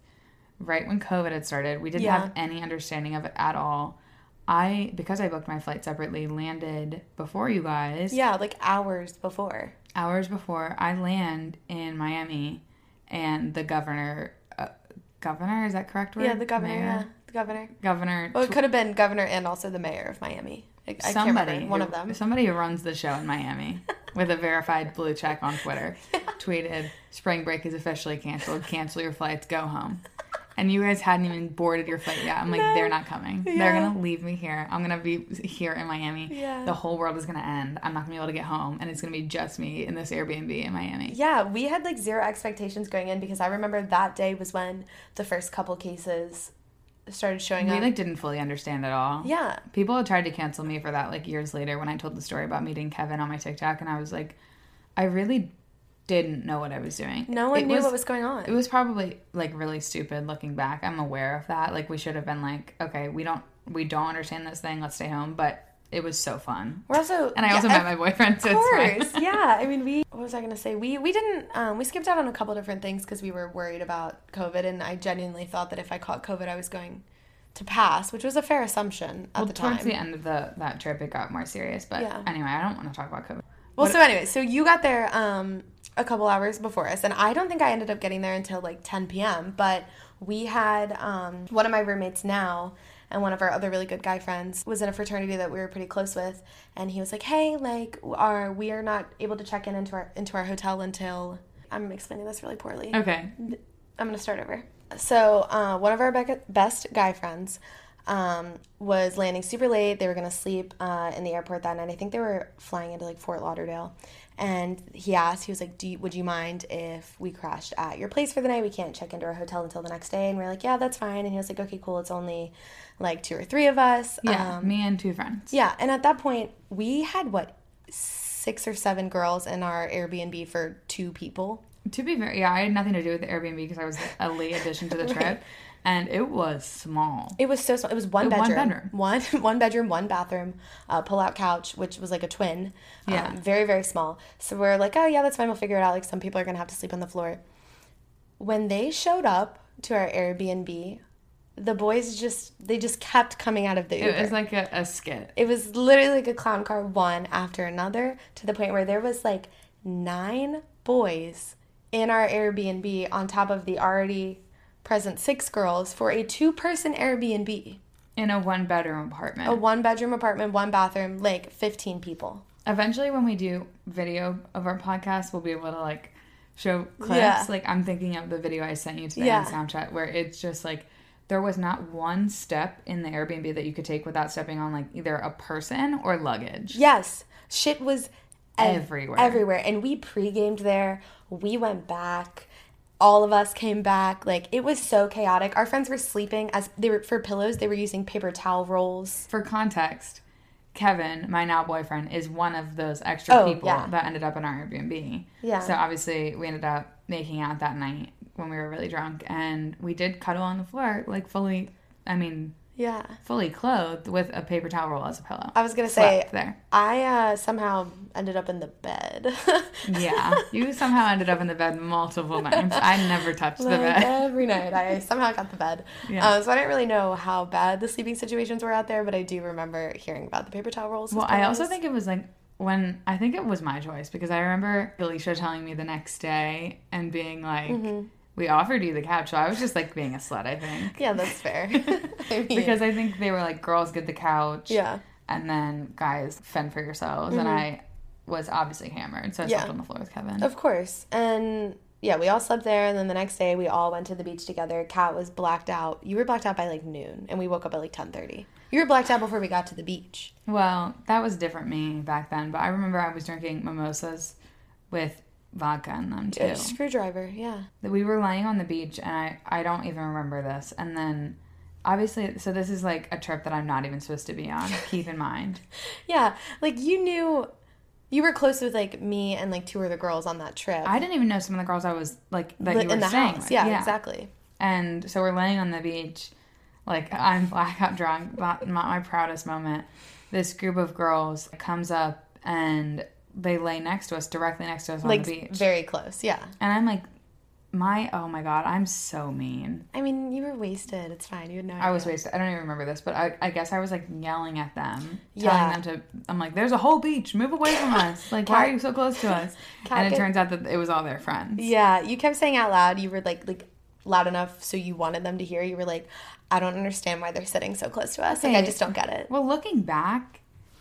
A: right when COVID had started. We didn't
B: Yeah.
A: have any understanding of it at all. I, because I booked my flight separately, landed before you guys
B: Yeah, like hours before.
A: hours before I land in Miami, and the governor, uh, governor is that correct word?
B: Yeah, the governor.
A: Mayor?
B: Yeah, the governor.
A: governor.
B: Well, it could have been governor and also the mayor of Miami. I, I can't
A: somebody,
B: remember one
A: who-
B: of them.
A: Somebody who runs the show in Miami with a verified blue check on Twitter tweeted, "Spring break is officially canceled. Cancel your flights. Go home." And you guys hadn't even boarded your flight yet. I'm like, they're not coming. They're
B: Yeah.
A: gonna leave me here. I'm gonna be here in Miami.
B: Yeah.
A: The whole world is gonna end. I'm not gonna be able to get home, and it's gonna be just me in this Airbnb in Miami.
B: Yeah, we had like zero expectations going in because I remember that day was when the first couple cases started showing
A: We
B: up.
A: like didn't fully understand at all.
B: yeah,
A: People had tried to cancel me for that like years later when I told the story about meeting Kevin on my TikTok and I was like, I really didn't know what I was doing.
B: no one
A: It
B: knew what was going on.
A: it was probably like really stupid looking back. I'm aware of that. Like we should have been like, okay, we don't we don't understand this thing, let's stay home. But it was so fun.
B: We're also
A: And I
B: yeah,
A: also
B: of
A: met my boyfriend, so it's
B: course,
A: fine.
B: yeah. I mean, we. What was I gonna say? We we didn't. Um, we skipped out on a couple different things because we were worried about COVID, and I genuinely thought that if I caught COVID, I was going to pass, which was a fair assumption at the time.
A: Towards the end of the that trip it got more serious. But
B: Yeah.
A: anyway, I don't want to talk about COVID.
B: Well, so anyway, so you got there um, a couple hours before us, and I don't think I ended up getting there until like 10 p.m. But we had um, one of my roommates now and one of our other really good guy friends was in a fraternity that we were pretty close with, and he was like, "Hey, like, our we are not able to check in into our into our hotel until." I'm explaining this really poorly.
A: Okay.
B: I'm gonna start over. So uh, one of our bec- best guy friends um, was landing super late. They were gonna sleep uh, in the airport that night. I think they were flying into like Fort Lauderdale, and he asked. He was like, Do you, "Would you mind if we crashed at your place for the night? We can't check into our hotel until the next day." And we are like, "Yeah, that's fine." And he was like, "Okay, cool. It's only like two or three of us." Uh,
A: Yeah. me and two friends.
B: Yeah, and at that point, we had what six or seven girls in our Airbnb for two people.
A: To be fair, yeah, I had nothing to do with the Airbnb because I was a late addition to the trip. and it was small.
B: It was so small. It was one
A: One
B: bedroom,
A: bedroom.
B: one one bedroom, one bathroom, uh, pull-out couch, which was like a twin.
A: Yeah.
B: um, very very small. So we're like, oh yeah, that's fine. We'll figure it out. Like some people are gonna have to sleep on the floor. When they showed up to our Airbnb, the boys just they just kept coming out of the Uber.
A: It was like a, a skit.
B: It was literally like a clown car, one after another, to the point where there was like nine boys in our Airbnb on top of the already present six girls for a two-person Airbnb,
A: in a one bedroom
B: a
A: apartment.
B: one-bedroom apartment, one bathroom, like 15 people.
A: Eventually, when we do video of our podcast, we'll be able to like show clips.
B: Yeah.
A: Like I'm thinking of the video I sent you today
B: Yeah.
A: on Snapchat, where it's just like there was not one step in the Airbnb that you could take without stepping on like either a person or luggage.
B: Yes, shit was ev-
A: Everywhere.
B: everywhere, and we pre-gamed there. We went back. All of us came back. Like it was so chaotic. Our friends were sleeping as they were for pillows. They were using paper towel rolls.
A: For context, Kevin, my now boyfriend, is one of those extra
B: Oh,
A: people
B: yeah.
A: that ended up in our Airbnb.
B: Yeah.
A: So obviously, we ended up making out that night when we were really drunk, and we did cuddle on the floor, like fully. I mean,
B: Yeah.
A: fully clothed with a paper towel roll as a pillow.
B: I was gonna say
A: Slept there.
B: I uh, somehow ended up in the bed.
A: Yeah, you somehow ended up in the bed multiple times. I never touched the
B: Like,
A: bed.
B: every night, I somehow got the bed.
A: Yeah.
B: Um, so I didn't really know how bad the sleeping situations were out there, but I do remember hearing about the paper towel rolls. as
A: Well, I also
B: pillows.
A: think it was like when I think it was my choice because I remember Alicia telling me the next day and being like, "We offered you the couch," so I was just like being a slut. I think
B: Mm-hmm. yeah, that's fair. I mean,
A: because I think they were like, "Girls get the couch,"
B: yeah, Mm-hmm.
A: and then guys fend for yourselves. And I was obviously hammered, so I
B: Yeah.
A: slept on the floor with Kevin.
B: of course, and yeah, we all slept there, and then the next day we all went to the beach together. Kat was blacked out. You were blacked out by like noon, and we woke up at like ten thirty. You were blacked out before we got to the beach.
A: Well, that was different me back then, but I remember I was drinking mimosas with vodka in them too.
B: Screwdriver, yeah.
A: That We were laying on the beach and I, I don't even remember this. And then obviously so this is like a trip that I'm not even supposed to be on, keep in mind.
B: Yeah, like you knew you were close with like me and like two other girls on that trip.
A: I didn't even know some of the girls I was like that
B: Li-
A: you were
B: in the
A: staying
B: house.
A: with.
B: Yeah, exactly.
A: And so we're laying on the beach, like I'm blackout drunk, not, not my proudest moment. This group of girls comes up and they lay next to us, directly next to us on
B: Like
A: the beach.
B: very close. Yeah.
A: And I'm like, my oh my god, I'm so mean.
B: I mean, you were wasted. It's fine. You had no
A: I
B: idea.
A: was wasted. I don't even remember this, but I, I guess I was like yelling at them,
B: Yeah.
A: telling them to. I'm like, there's a whole beach. Move away from us. Like, why are you so close to us?
B: Cat
A: and it
B: get-
A: turns out that it was all their friends.
B: Yeah, you kept saying out loud. You were like like loud enough so you wanted them to hear. You were like, I don't understand why they're sitting so close to us. Like I
A: Okay.
B: just don't get it.
A: Well, looking back,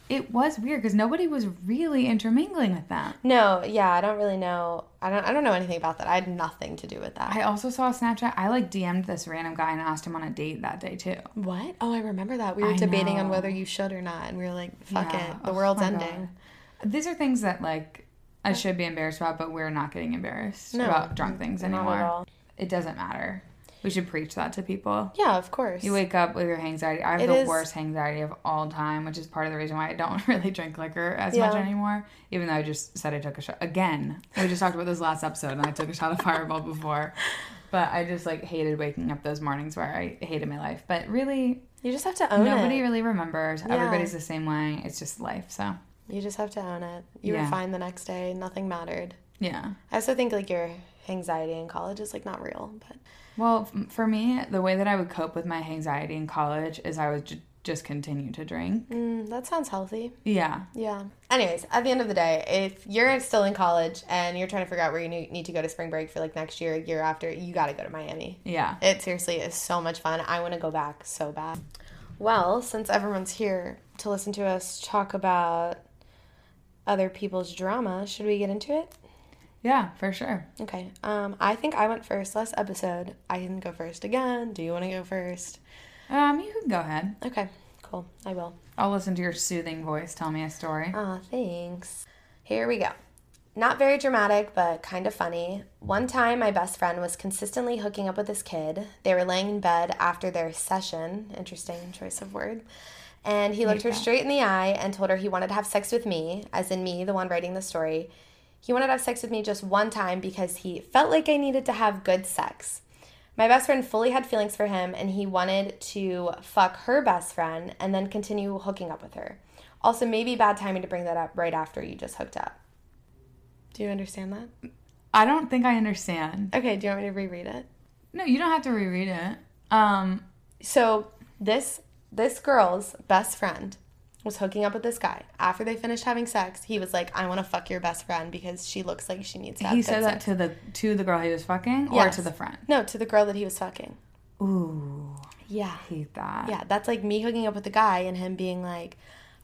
A: it was weird because nobody was really intermingling with them.
B: No, yeah, I don't really know. I don't I don't know anything about that. I had nothing to do with that.
A: I also saw a Snapchat. I like DM'd this random guy and asked him on a date that day too.
B: what? Oh, I remember that. We were
A: I
B: debating on
A: know.
B: whether you should or not and we were like, fuck
A: Yeah.
B: it. The
A: Oh
B: world's
A: my
B: ending.
A: God. These are things that like I should be embarrassed about, but we're not getting embarrassed
B: No,
A: about drunk things
B: Not at
A: anymore.
B: all.
A: It doesn't matter. We should preach that to people.
B: Yeah, of course.
A: You wake up with your anxiety. I have
B: It
A: the
B: is-
A: worst anxiety of all time, which is part of the reason why I don't really drink liquor as much
B: Yeah.
A: anymore. Even though I just said I took a shot again. We just talked about this last episode, and I took a shot of Fireball before. But I just like hated waking up those mornings where I hated my life. But really,
B: You just have to own
A: nobody
B: it.
A: really remembers. Everybody's the same way. It's just life. So
B: You just have to own it. You were
A: Yeah.
B: fine the next day. Nothing mattered.
A: yeah.
B: I also think like your anxiety in college is like not real, but
A: Well, f- for me, the way that I would cope with my anxiety in college is I would j- just continue to drink.
B: mm, that sounds healthy.
A: Yeah.
B: Yeah. Anyways, at the end of the day, if you're still in college and you're trying to figure out where you ne- need to go to spring break for like next year, year after, you got to go to Miami.
A: Yeah.
B: It seriously is so much fun. I want to go back so bad. Well, since everyone's here to listen to us talk about other people's drama, should we get into it?
A: Yeah, for sure.
B: Okay. Um, I think I went first last episode. I can go first again. Do you want to go first?
A: Um, you can go ahead.
B: Okay. Cool. I will.
A: I'll listen to your soothing voice tell me a story.
B: Ah, thanks. Here we go. Not very dramatic, but kind of funny. One time, my best friend was consistently hooking up with this kid. They were laying in bed after their session. Interesting choice of word. And he looked her straight in the eye and told her he wanted to have sex with me, as in me, the one writing the story. He wanted to have sex with me just one time because he felt like I needed to have good sex. My best friend fully had feelings for him and he wanted to fuck her best friend and then continue hooking up with her. Also, maybe bad timing to bring that up right after you just hooked up. Do you understand that?
A: I don't think I understand.
B: Okay, do you want me to reread it?
A: No, you don't have to reread it. Um,
B: So this this girl's best friend was hooking up with this guy. After they finished having sex, he was like, "I want to fuck your best friend because she looks like she needs to." Have
A: he
B: good
A: said that
B: sex."
A: to the to the girl he was fucking or
B: Yes.
A: to the friend.
B: No, to the girl that he was fucking.
A: Ooh,
B: Yeah,
A: hate that.
B: yeah, that's like me hooking up with a guy and him being like,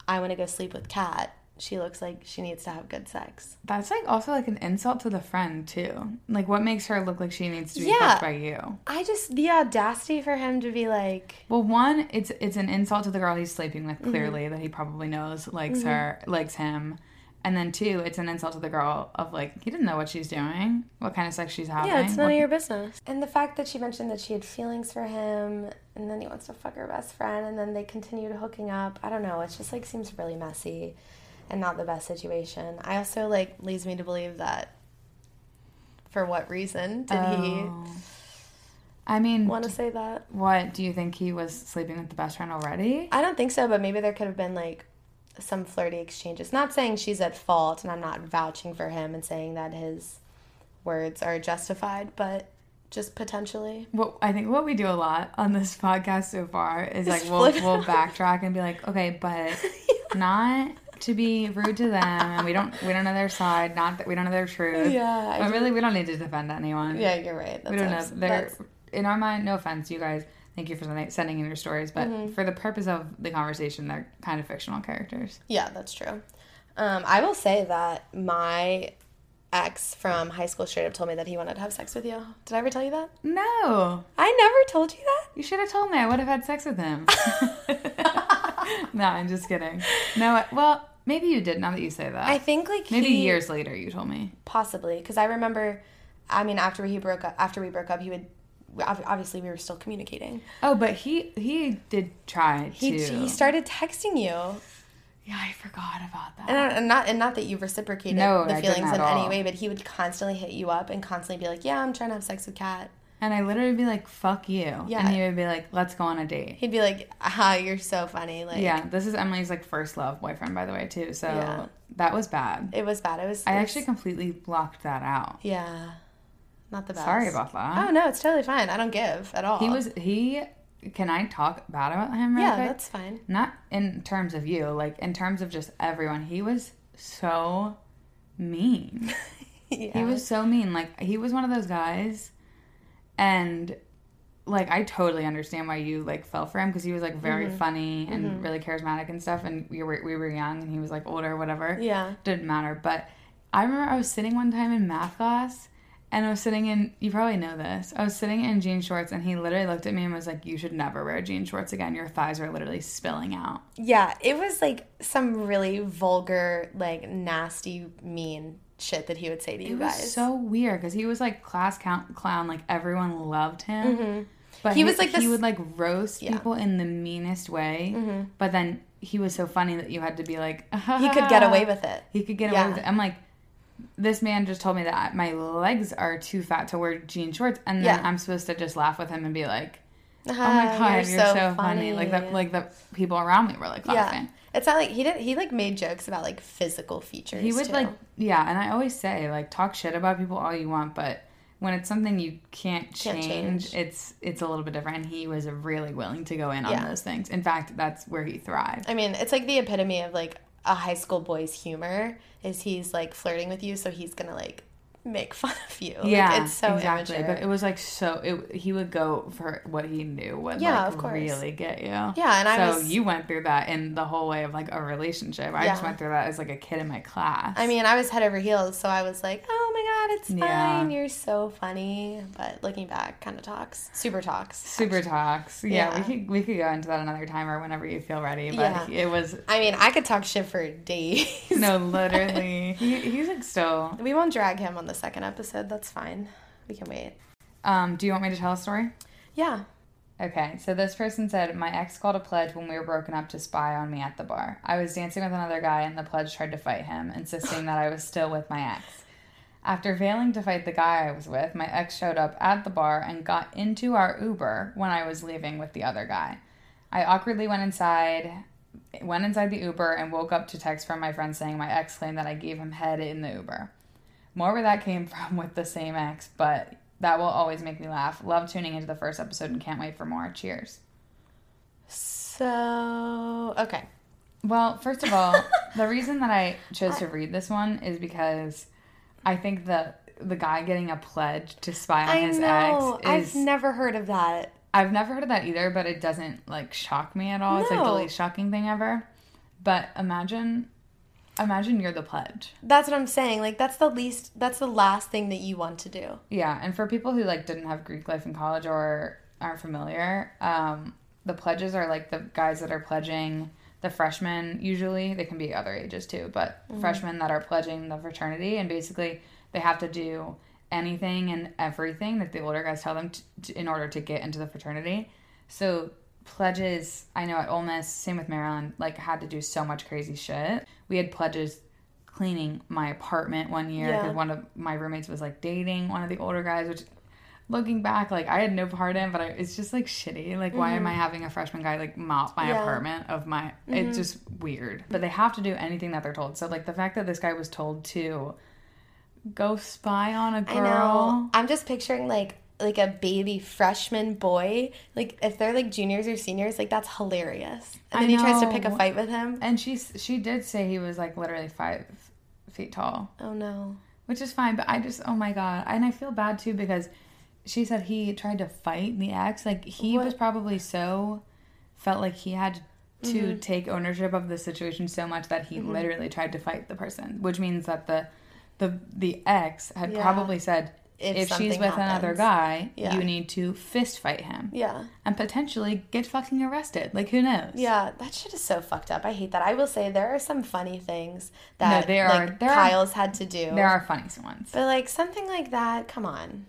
B: "I want to go sleep with Kat. She looks like she needs to have good sex."
A: That's like also like an insult to the friend too. Like what makes her look like she needs to be
B: Yeah.
A: fucked by you?
B: I just the audacity for him to be like,
A: Well, one, it's it's an insult to the girl he's sleeping
B: Mm-hmm.
A: with clearly that he probably knows likes her, likes him. And then two, it's an insult to the girl of like he didn't know what she's doing, what kind of sex she's having.
B: "Yeah, it's none
A: what-
B: of your business." And the fact that she mentioned that she had feelings for him, and then he wants to fuck her best friend, and then they continued hooking up. I don't know. It's just like seems really messy, and not the best situation. I also like leads me to believe that. For what reason did
A: Oh. I mean,
B: he want to say that?
A: what do you think he was sleeping with the best friend already?
B: I don't think so, but maybe there could have been like some flirty exchanges. Not saying she's at fault, and I'm not vouching for him and saying that his words are justified, but just potentially.
A: What I think what we do a lot on this podcast so far is like we'll
B: flip it
A: we'll backtrack and be like, okay, but not to be rude to them, and we don't we don't know their side, not that we don't know their truth.
B: Yeah, I
A: but really, we don't need to defend anyone.
B: Yeah, you're right. That's
A: we don't know.
B: abs-
A: They're
B: that's-
A: in our mind. No offense, you guys. Thank you for sending- sending in your stories, but
B: Mm-hmm.
A: for the purpose of the conversation, they're kind of fictional characters.
B: Yeah, that's true. Um, I will say that my ex from high school straight up told me that he wanted to have sex with you. Did I ever tell you that?
A: No,
B: I never told you that.
A: you should have told me. I would have had sex with him. no, I'm just kidding. No, well, maybe you did. Now that you say that,
B: I think like
A: Maybe
B: he-
A: years later, you told me.
B: possibly because I remember. I mean, after he broke up, after we broke up, he would. ob- Obviously, we were still communicating.
A: Oh, but he he did try
B: He,
A: to.
B: he started texting
A: Uh,
B: you,
A: yeah, I forgot about that.
B: and, I- and not and not that you reciprocated
A: No,
B: the
A: I
B: feelings
A: didn't
B: in
A: at all.
B: any way, but he would constantly hit you up and constantly be like, "Yeah, I'm trying to have sex with Kat."
A: And I literally be like, "Fuck you,"
B: Yeah.
A: and he would be like, "Let's go on a date."
B: He'd be like, "Ah, you're so funny." Like,
A: yeah, this is Emily's like first love boyfriend, by the way, too. So
B: Yeah.
A: that was bad.
B: it was bad. It was.
A: I
B: it was-
A: actually completely blocked that out.
B: yeah, not the best.
A: Sorry about that.
B: Oh no, it's totally fine. I don't give at all.
A: He was he. Can I talk bad about him? Real
B: Yeah,
A: quick?
B: that's fine.
A: not in terms of you, like in terms of just everyone. He was so mean.
B: Yeah.
A: He was so mean. Like he was one of those guys, and like I totally understand why you like fell for him because he was like very
B: Mm-hmm.
A: funny and really charismatic and stuff. And we were we were young and he was like older, whatever.
B: Yeah.
A: didn't matter. But I remember I was sitting one time in math class. And I was sitting in, you probably know this. I was sitting in jean shorts, and he literally looked at me and was like, "You should never wear jean shorts again. Your thighs are literally spilling out."
B: Yeah, it was like some really vulgar, like nasty, mean shit that he would say to you
A: It
B: guys.
A: was so weird because he was like class count clown, like everyone loved him. But
B: Mm-hmm. He was, like,
A: he
B: this- Mm-hmm.
A: would like roast people in the meanest way. But then he was so funny that you had to be like,
B: he could get
A: Ah.
B: away with it.
A: He could get
B: Yeah.
A: away with it. I'm like, this man just told me that my legs are too fat to wear jean shorts, and then
B: Yeah.
A: I'm supposed to just laugh with him and be like, "Oh my
B: Ah,
A: god, you're, so, funny. Like that, like the people around me were like laughing.
B: Yeah, it's not like he did. He like made jokes about like physical features.
A: He would
B: too.
A: like, yeah, and I always say like talk shit about people all you want, but when it's something you can't change,
B: change.
A: it's it's a little bit different. And he was really willing to go in on
B: Yeah.
A: those things. In fact, that's where he thrived.
B: I mean, it's like the epitome of like a high school boy's humor. Is he's like flirting with you, so he's gonna like make fun of you. Like,
A: yeah,
B: it's so
A: exactly.
B: immature.
A: But it was like so. It, he would go for what he knew would
B: Yeah,
A: like
B: of course.
A: really get you. Yeah,
B: and I
A: so
B: was-
A: you went through that in the whole way of like a relationship. I just
B: Yeah.
A: went through that as like a kid in my class.
B: I mean, I was head over heels, so I was like, "Oh my god, it's fine.
A: Yeah.
B: You're so funny." But looking back, kind of talks, super talks.
A: Super talks. Yeah,
B: Yeah.
A: we could we could go into that another time or whenever you feel ready. But
B: Yeah.
A: it was
B: I mean, I could talk shit for days.
A: No, literally. he, he's like so.
B: We won't drag him on the second episode. That's fine. We can wait.
A: Um, do you want me to tell a story?
B: Yeah.
A: Okay, so this person said, My ex called a pledge when we were broken up to spy on me at the bar. I was dancing with another guy, and the pledge tried to fight him, insisting that I was still with my ex. After failing to fight the guy I was with, my ex showed up at the bar and got into our Uber when I was leaving with the other guy. I awkwardly went inside, went inside the Uber and woke up to text from my friend saying my ex claimed that I gave him head in the Uber. More where that came from with the same ex, but that will always make me laugh. Love tuning into the first episode and can't wait for more. Cheers.
B: So, okay.
A: Well, first of all, the reason that I chose to read this one is because I think the the guy getting a pledge to spy on
B: I
A: his
B: know.
A: ex is
B: I've never heard of that.
A: I've never heard of that either, but it doesn't like shock me at all. It's like the
B: No.
A: least shocking thing ever. But imagine imagine you're the pledge.
B: That's what I'm saying. Like that's the least that's the last thing that you want to do.
A: Yeah, and for people who like didn't have Greek life in college or aren't familiar, um, the pledges are like the guys that are pledging the freshmen. Usually, they can be other ages too, but freshmen that are pledging the fraternity, and basically they have to do anything and everything that the older guys tell them to, to, in order to get into the fraternity. So pledges, I know at Ole Miss, same with Maryland, like had to do so much crazy shit. We had pledges cleaning my apartment one year because
B: Yeah.
A: one of my roommates was like dating one of the older guys, which looking back, like I had no part in, but I, it's just like shitty. Like, why am I having a freshman guy like mop my
B: Mm-hmm. Yeah. Mm-hmm.
A: apartment of my? It's just weird. But they have to do anything that they're told. So like the fact that this guy was told to go spy on a girl.
B: I know. I'm just picturing like like a baby freshman boy. Like if they're like juniors or seniors, like that's hilarious.
A: I
B: And then he tries to
A: know.
B: pick a fight with him.
A: And she s- she did say he was like literally five feet tall.
B: Oh no.
A: which is fine. But I just, oh my god, and I feel bad too because she said he tried to fight the ex. Like he was probably so felt like he had to
B: Mm-hmm.
A: take ownership of the situation so much that he literally tried to fight the person, which means that the the the ex had
B: Yeah.
A: probably said
B: If
A: if, she's
B: something
A: with another
B: happens."
A: guy,
B: Yeah.
A: you need to fist fight him.
B: Yeah.
A: And potentially get fucking arrested. Like who knows?
B: Yeah, that shit is so fucked up. I hate that. I will say there are some funny things that
A: there
B: like,
A: are- there are-
B: Kyle's had to do.
A: There are funny ones.
B: But like something like that, come on.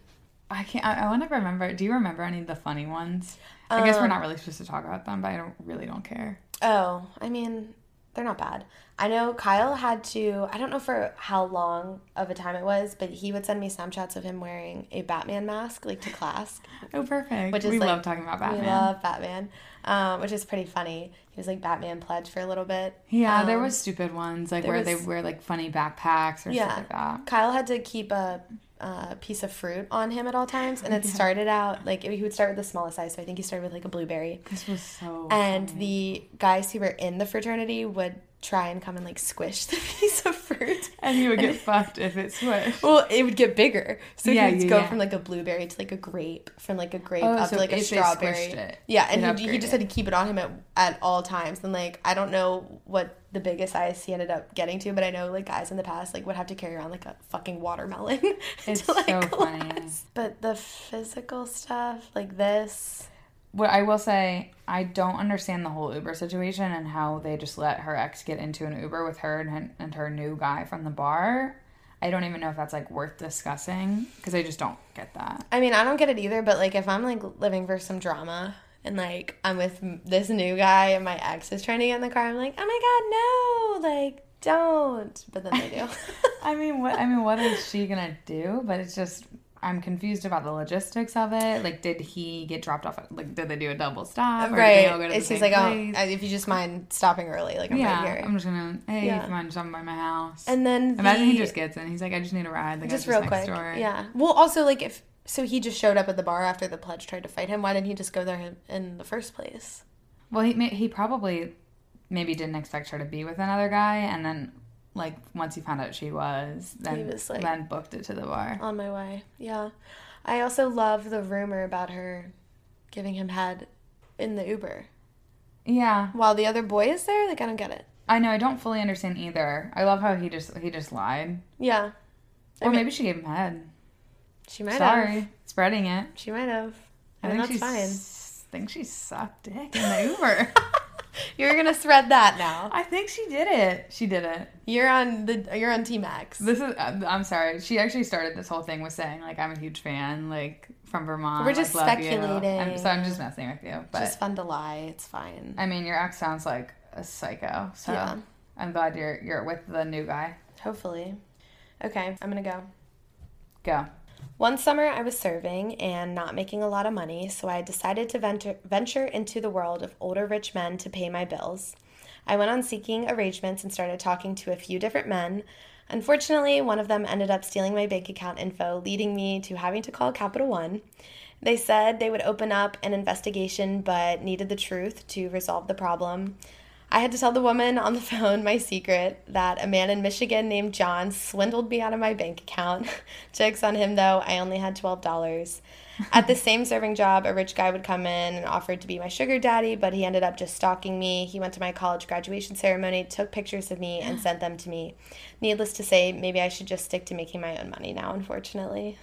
A: I can't. I, I want to remember. Do you remember any of the funny ones? I guess we're
B: Um,
A: not really supposed to talk about them, but I don't really don't care.
B: Oh, I mean, they're not bad. I know Kyle had to, I don't know for how long of a time it was, but he would send me Snapchats of him wearing a Batman mask, like to class.
A: Oh, perfect.
B: Which is
A: we
B: like-
A: love talking about Batman.
B: We love Batman, um, which is pretty funny. He was like Batman pledge for a little bit.
A: yeah, there was stupid ones like where they
B: Um, was-
A: wear like funny backpacks or
B: Yeah.
A: stuff like that.
B: Kyle had to keep a, a piece of fruit on him at all times, and it started out like he would start with the smallest size. So I think he started with like a blueberry.
A: This was so.
B: and the guys who were in the fraternity would try and come and like squish the piece of fruit.
A: and you would get fucked if it switched.
B: Well, it would get bigger. So
A: Yeah,
B: he'd
A: yeah,
B: go
A: yeah.
B: from like a blueberry to like a grape, from like a grape
A: Oh,
B: up
A: so
B: to like
A: if
B: a
A: they
B: strawberry.
A: squished it,
B: yeah,
A: it
B: and he, he just
A: upgraded.
B: had to keep it on him at, at all times. And like, I don't know what the biggest size he ended up getting to, but I know like guys in the past like would have to carry around like a fucking watermelon.
A: It's
B: to, like,
A: so funny.
B: class. But the physical stuff, like this,
A: What I will say, I don't understand the whole Uber situation and how they just let her ex get into an Uber with her and, and her new guy from the bar. I don't even know if that's like worth discussing because I just don't get that.
B: I mean, I don't get it either, but like if I'm like living for some drama and like I'm with m- this new guy and my ex is trying to get in the car, I'm like, oh my God, no, like don't. But then they do.
A: I mean, what I mean, what is she gonna do? But it's just I'm confused about the logistics of it. Like, did he get dropped off? At, like, did they do a double stop? Or Did they all
B: right.
A: go to
B: It's
A: the
B: just
A: same
B: like, oh,
A: place?
B: if you just mind stopping early, like I'm
A: yeah.
B: right here.
A: I'm just gonna hey,
B: Yeah.
A: if you mind stopping by my house?
B: and then
A: Imagine he
B: the-
A: just gets in. He's like, I just need a ride. Like,
B: just
A: I was
B: real quick.
A: next Door.
B: Yeah. Well, also like if so, he just showed up at the bar after the pledge tried to fight him. Why didn't he just go there in- in the first place?
A: Well, he may- he probably maybe didn't expect her to be with another guy, and then like once he found out she was, then
B: was like-
A: then booked it to the bar.
B: On my way. Yeah. I also love the rumor about her giving him head in the Uber.
A: Yeah.
B: while the other boy is there? Like, I don't get it.
A: I know. I don't fully understand either. I love how he just he just lied.
B: Yeah,
A: Or maybe she gave him head.
B: she might have.
A: Sorry, spreading it.
B: She might have.
A: I
B: I mean,
A: think
B: that's
A: she
B: fine.
A: s- think she sucked dick in the Uber.
B: You're gonna thread that now.
A: I think she did it. She did it.
B: You're on the. You're on T Max.
A: This is. I'm I'm sorry. She actually started this whole thing with saying like I'm a huge fan, like from Vermont.
B: We're just
A: like, love you."
B: speculating.
A: And so I'm just messing with you, but
B: It's just fun to lie. It's fine.
A: I mean your ex sounds like a psycho. So
B: Yeah.
A: I'm glad you're you're with the new guy.
B: Hopefully. Okay, I'm gonna go.
A: Go.
B: One summer, I was serving and not making a lot of money, so I decided to venture, venture into the world of older rich men to pay my bills. I went on seeking arrangements and started talking to a few different men. Unfortunately, one of them ended up stealing my bank account info, leading me to having to call Capital One. They said they would open up an investigation but needed the truth to resolve the problem. I had to tell the woman on the phone my secret that a man in Michigan named John swindled me out of my bank account. Jokes on him though, I only had $12. At the same serving job, a rich guy would come in and offered to be my sugar daddy, but he ended up just stalking me. He went to my college graduation ceremony, took pictures of me, and sent them to me. Needless to say, maybe I should just stick to making my own money now, unfortunately.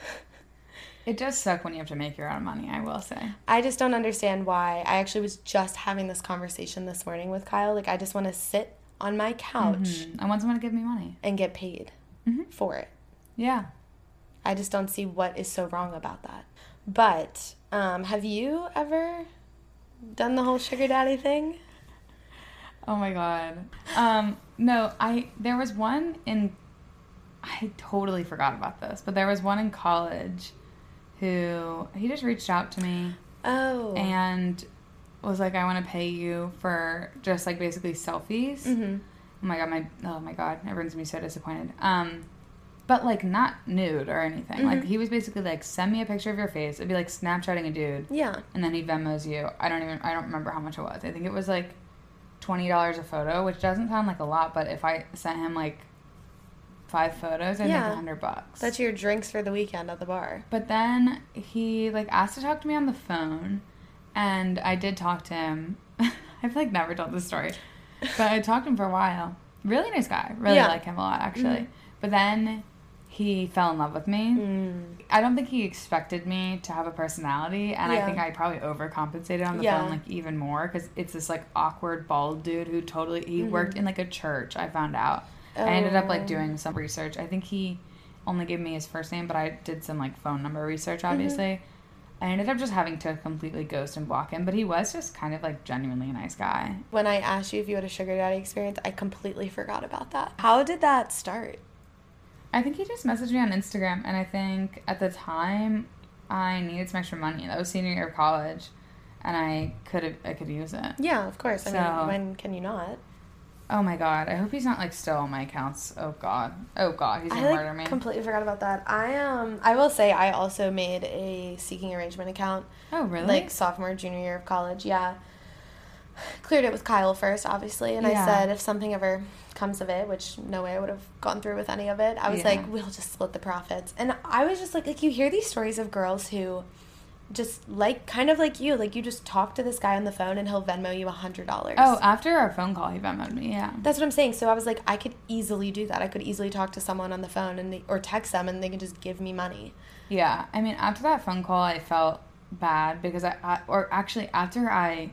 A: It does suck when you have to make your own money, I will say.
B: I just don't understand why. I actually was just having this conversation this morning with Kyle. Like, I just want to sit on my couch
A: I want someone to give me money.
B: and get paid for it.
A: Yeah.
B: I just don't see what is so wrong about that. But um, have you ever done the whole sugar daddy thing?
A: Oh my god. Um, no, I there was one in I totally forgot about this, but there was one in college who he just reached out to me
B: Oh.
A: and was like, I want to pay you for just like basically selfies. Oh my god, my oh my god, everyone's gonna be so disappointed. Um, but like not nude or anything. Like he was basically like, send me a picture of your face. It'd be like Snapchatting a dude,
B: yeah.
A: and then he Venmos you. I don't even I don't remember how much it was. I think it was like twenty dollars a photo, which doesn't sound like a lot, but if I sent him like five photos, I'd
B: Yeah.
A: make a hundred bucks.
B: That's your drinks for the weekend at the bar.
A: But then he like asked to talk to me on the phone, and I did talk to him. I've like never told this story, but I talked to him for a while. Really nice guy. Really
B: Yeah. Mm-hmm.
A: like him a lot actually. But then he fell in love with me.
B: Mm.
A: I don't think he expected me to have a personality, and
B: Yeah.
A: I think I probably overcompensated on the
B: Yeah.
A: phone like even more because it's this like awkward bald dude who totally he worked in like a church. I found out. I ended up like doing some research. I think he only gave me his first name, but I did some like phone number research. Obviously, I ended up just having to completely ghost and block him. But he was just kind of like genuinely a nice guy.
B: When I asked you if you had a sugar daddy experience, I completely forgot about that. How did that start?
A: I think he just messaged me on Instagram, and I think at the time I needed some extra money. That was senior year of college, and I could have I could use it.
B: Yeah, of course. I
A: So-
B: mean, when can you not?
A: Oh my god! I hope he's not like still on my accounts. Oh god! Oh god! He's gonna
B: I
A: murder
B: like
A: me.
B: completely forgot about that. I um I will say I also made a seeking arrangement account
A: oh really?
B: like sophomore junior year of college. Yeah. Cleared it with Kyle first, obviously, and I
A: Yeah.
B: said if something ever comes of it, which no way I would have gone through with any of it. I was
A: Yeah.
B: like, we'll just split the profits. And I was just like like you hear these stories of girls who just like kind of like you, like you just talk to this guy on the phone and he'll Venmo you a hundred dollars.
A: oh, after our phone call, he Venmoed me. Yeah.
B: That's what I'm saying. So I was like, I could easily do that. I could easily talk to someone on the phone and they, or text them, and they can just give me money.
A: Yeah, I mean, after that phone call, I felt bad because I, I or actually after I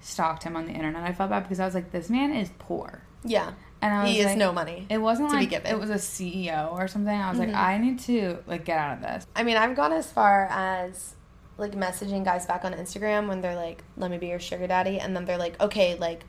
A: stalked him on the internet, I felt bad because I was like, this man is poor,
B: Yeah,
A: and I was
B: he is
A: like,
B: no money.
A: It wasn't
B: to be
A: like
B: given. Mm-hmm.
A: it was a CEO or something. I was like, I need to like get out of this.
B: I mean, I've gone as far as like messaging guys back on Instagram when they're like, "Let me be your sugar daddy," and then they're like, "Okay, like,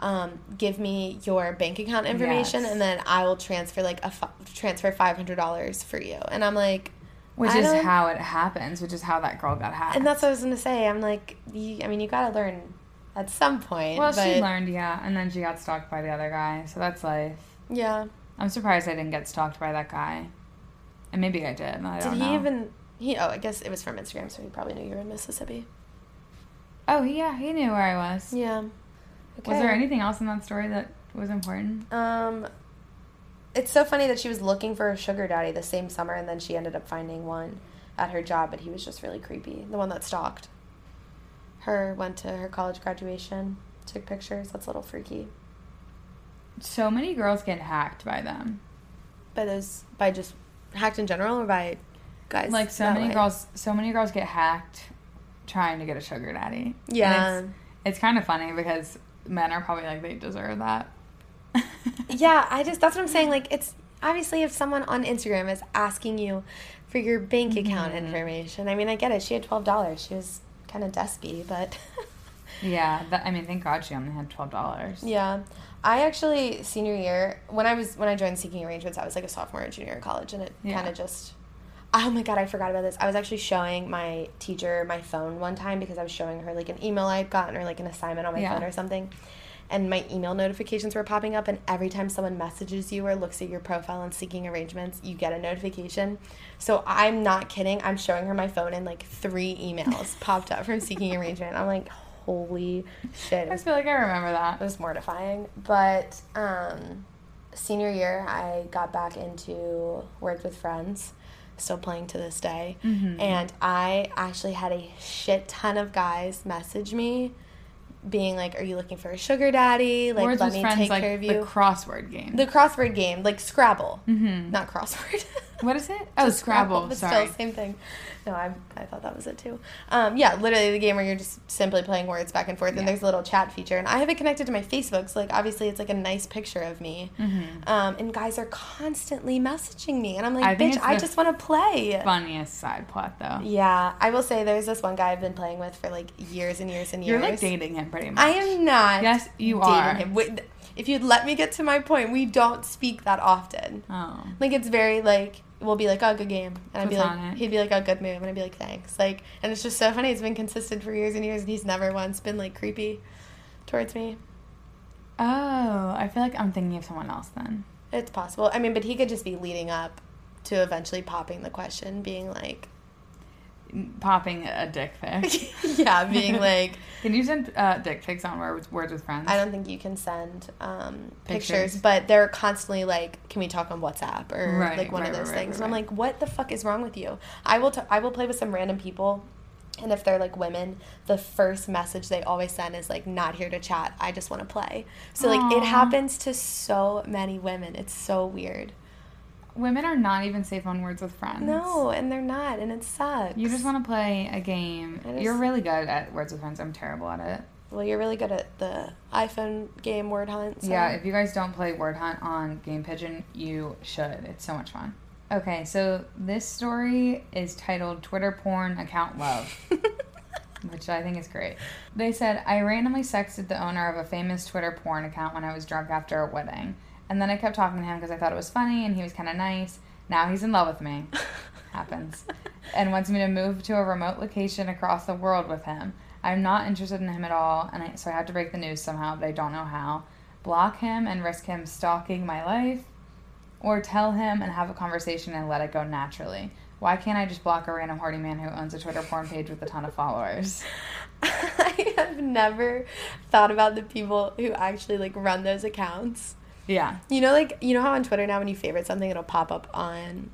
B: um, give me your bank account information,
A: Yes.
B: and then I will transfer like a fi- transfer five hundred dollars for you." And I'm like,
A: Which
B: I
A: is
B: don't-
A: how it happens. Which is how that girl got hacked.
B: and that's what I was gonna say. I'm like, you, I mean, you gotta learn at some point.
A: well,
B: but-
A: she learned, yeah, and then she got stalked by the other guy. So that's life.
B: Yeah.
A: I'm surprised I didn't get stalked by that guy, and maybe I did. I
B: Did
A: don't
B: he
A: know.
B: even? He oh, I guess it was from Instagram, so he probably knew you were in Mississippi.
A: Oh, yeah, he knew where I was.
B: Yeah. Okay.
A: Was there anything else in that story that was important?
B: Um, it's so funny that she was looking for a sugar daddy the same summer, and then she ended up finding one at her job, but he was just really creepy. The one that stalked her, went to her college graduation, took pictures. That's a little freaky.
A: So many girls get hacked by them.
B: By those, by just hacked in general, or by guys
A: Like so
B: that
A: many
B: way?
A: girls, so many girls get hacked trying to get a sugar daddy. And
B: Yeah.
A: it's, it's kind of funny because men are probably like they deserve that.
B: Yeah, I just that's what I'm saying. Like it's obviously if someone on Instagram is asking you for your bank account
A: Mm-hmm.
B: information. I mean, I get it. She had twelve dollars. She was kind of despy, but
A: yeah. That, I mean, thank God she only had twelve dollars.
B: yeah. I actually senior year when I was when I joined Seeking Arrangements, I was like a sophomore or junior in college, and it
A: Yeah.
B: kind of just. Oh my god, I forgot about this. I was actually showing my teacher my phone one time because I was showing her like an email I had gotten or like an assignment on my
A: Yeah.
B: phone or something. And my email notifications were popping up, and every time someone messages you or looks at your profile on Seeking Arrangements, you get a notification. So I'm not kidding. I'm showing her my phone, and like three emails popped up from Seeking Arrangement. I'm like, holy shit. It was
A: I just feel like I remember that.
B: it was mortifying. But um, senior year, I got back into work with friends, still playing to this day.
A: Mm-hmm.
B: And I actually had a shit ton of guys message me, being like, "Are you looking for a sugar daddy? Like,
A: Words
B: let
A: with
B: me
A: friends,
B: take
A: like
B: care of
A: the
B: you."
A: crossword game.
B: the crossword game, like Scrabble, not crossword.
A: Mm-hmm. what is it? Oh, Scrabble.
B: but
A: Sorry.
B: still same thing. No, I, I thought that was it too. Um, yeah, literally the game where you're just simply playing words back and forth, and there's a little chat feature, and I have it connected to my Facebook, so like obviously it's like a nice picture of me. Um, and guys are constantly messaging me, and I'm like,
A: Mm-hmm. I think
B: bitch,
A: it's
B: I
A: the
B: just want to play.
A: Funniest side plot though.
B: Yeah, I will say there's this one guy I've been playing with for like years and years and years.
A: You're like dating him pretty much.
B: I am not.
A: Yes, you
B: dating
A: are.
B: Him. Wait, if you'd let me get to my point, we don't speak that often.
A: Oh.
B: Like it's very like we'll be like, "Oh, good game," and I'd be like,
A: Platonic.
B: he'd be like, "Oh, good move," and I'd be like, "Thanks." Like, and it's just so funny. It's been consistent for years and years, and he's never once been like creepy towards me.
A: Oh, I feel like I'm thinking of someone else then.
B: It's possible. I mean, but he could just be leading up to eventually popping the question, being like,
A: Popping a dick pic.
B: "Yeah," being like,
A: Can you send uh, dick pics on Words, Words with Friends?
B: "I don't think you can send um, pictures.
A: Pictures.
B: but they're constantly like, "Can we talk on WhatsApp?" or
A: Right,
B: like one of
A: right,
B: those
A: right,
B: things.
A: right,
B: And I'm like, "What the fuck is wrong with you?" I will t- I will play with some random people And if they're like women, the first message they always send is like, not here to chat. I just want to play. So, like, it
A: Aw.
B: happens to so many women. It's so weird.
A: Women are not even safe on Words with Friends.
B: No, and they're not. And it sucks.
A: You just want to play a game.
B: I just-
A: You're really good at Words with Friends. I'm terrible at it.
B: Well, you're really good at the iPhone game word hunt. So.
A: Yeah, if you guys don't play Word Hunt on Game Pigeon, you should. It's so much fun. Okay, so this story is titled Twitter Porn Account Love, which I think is great. They said, I randomly sexted the owner of a famous Twitter porn account when I was drunk after a wedding. And then I kept talking to him because I thought it was funny and he was kind of nice. Now he's in love with me. Happens. And wants me to move to a remote location across the world with him. I'm not interested in him at all, and I, so I have to break the news somehow, but I don't know how. Block him and risk him stalking my life, or tell him and have a conversation and let it go naturally. Why can't I just block a random horny man who owns a Twitter porn page with a ton of followers?
B: I have never thought about the people who actually like run those accounts.
A: Yeah.
B: You know, like, you know how on Twitter now when you favorite something, it'll pop up on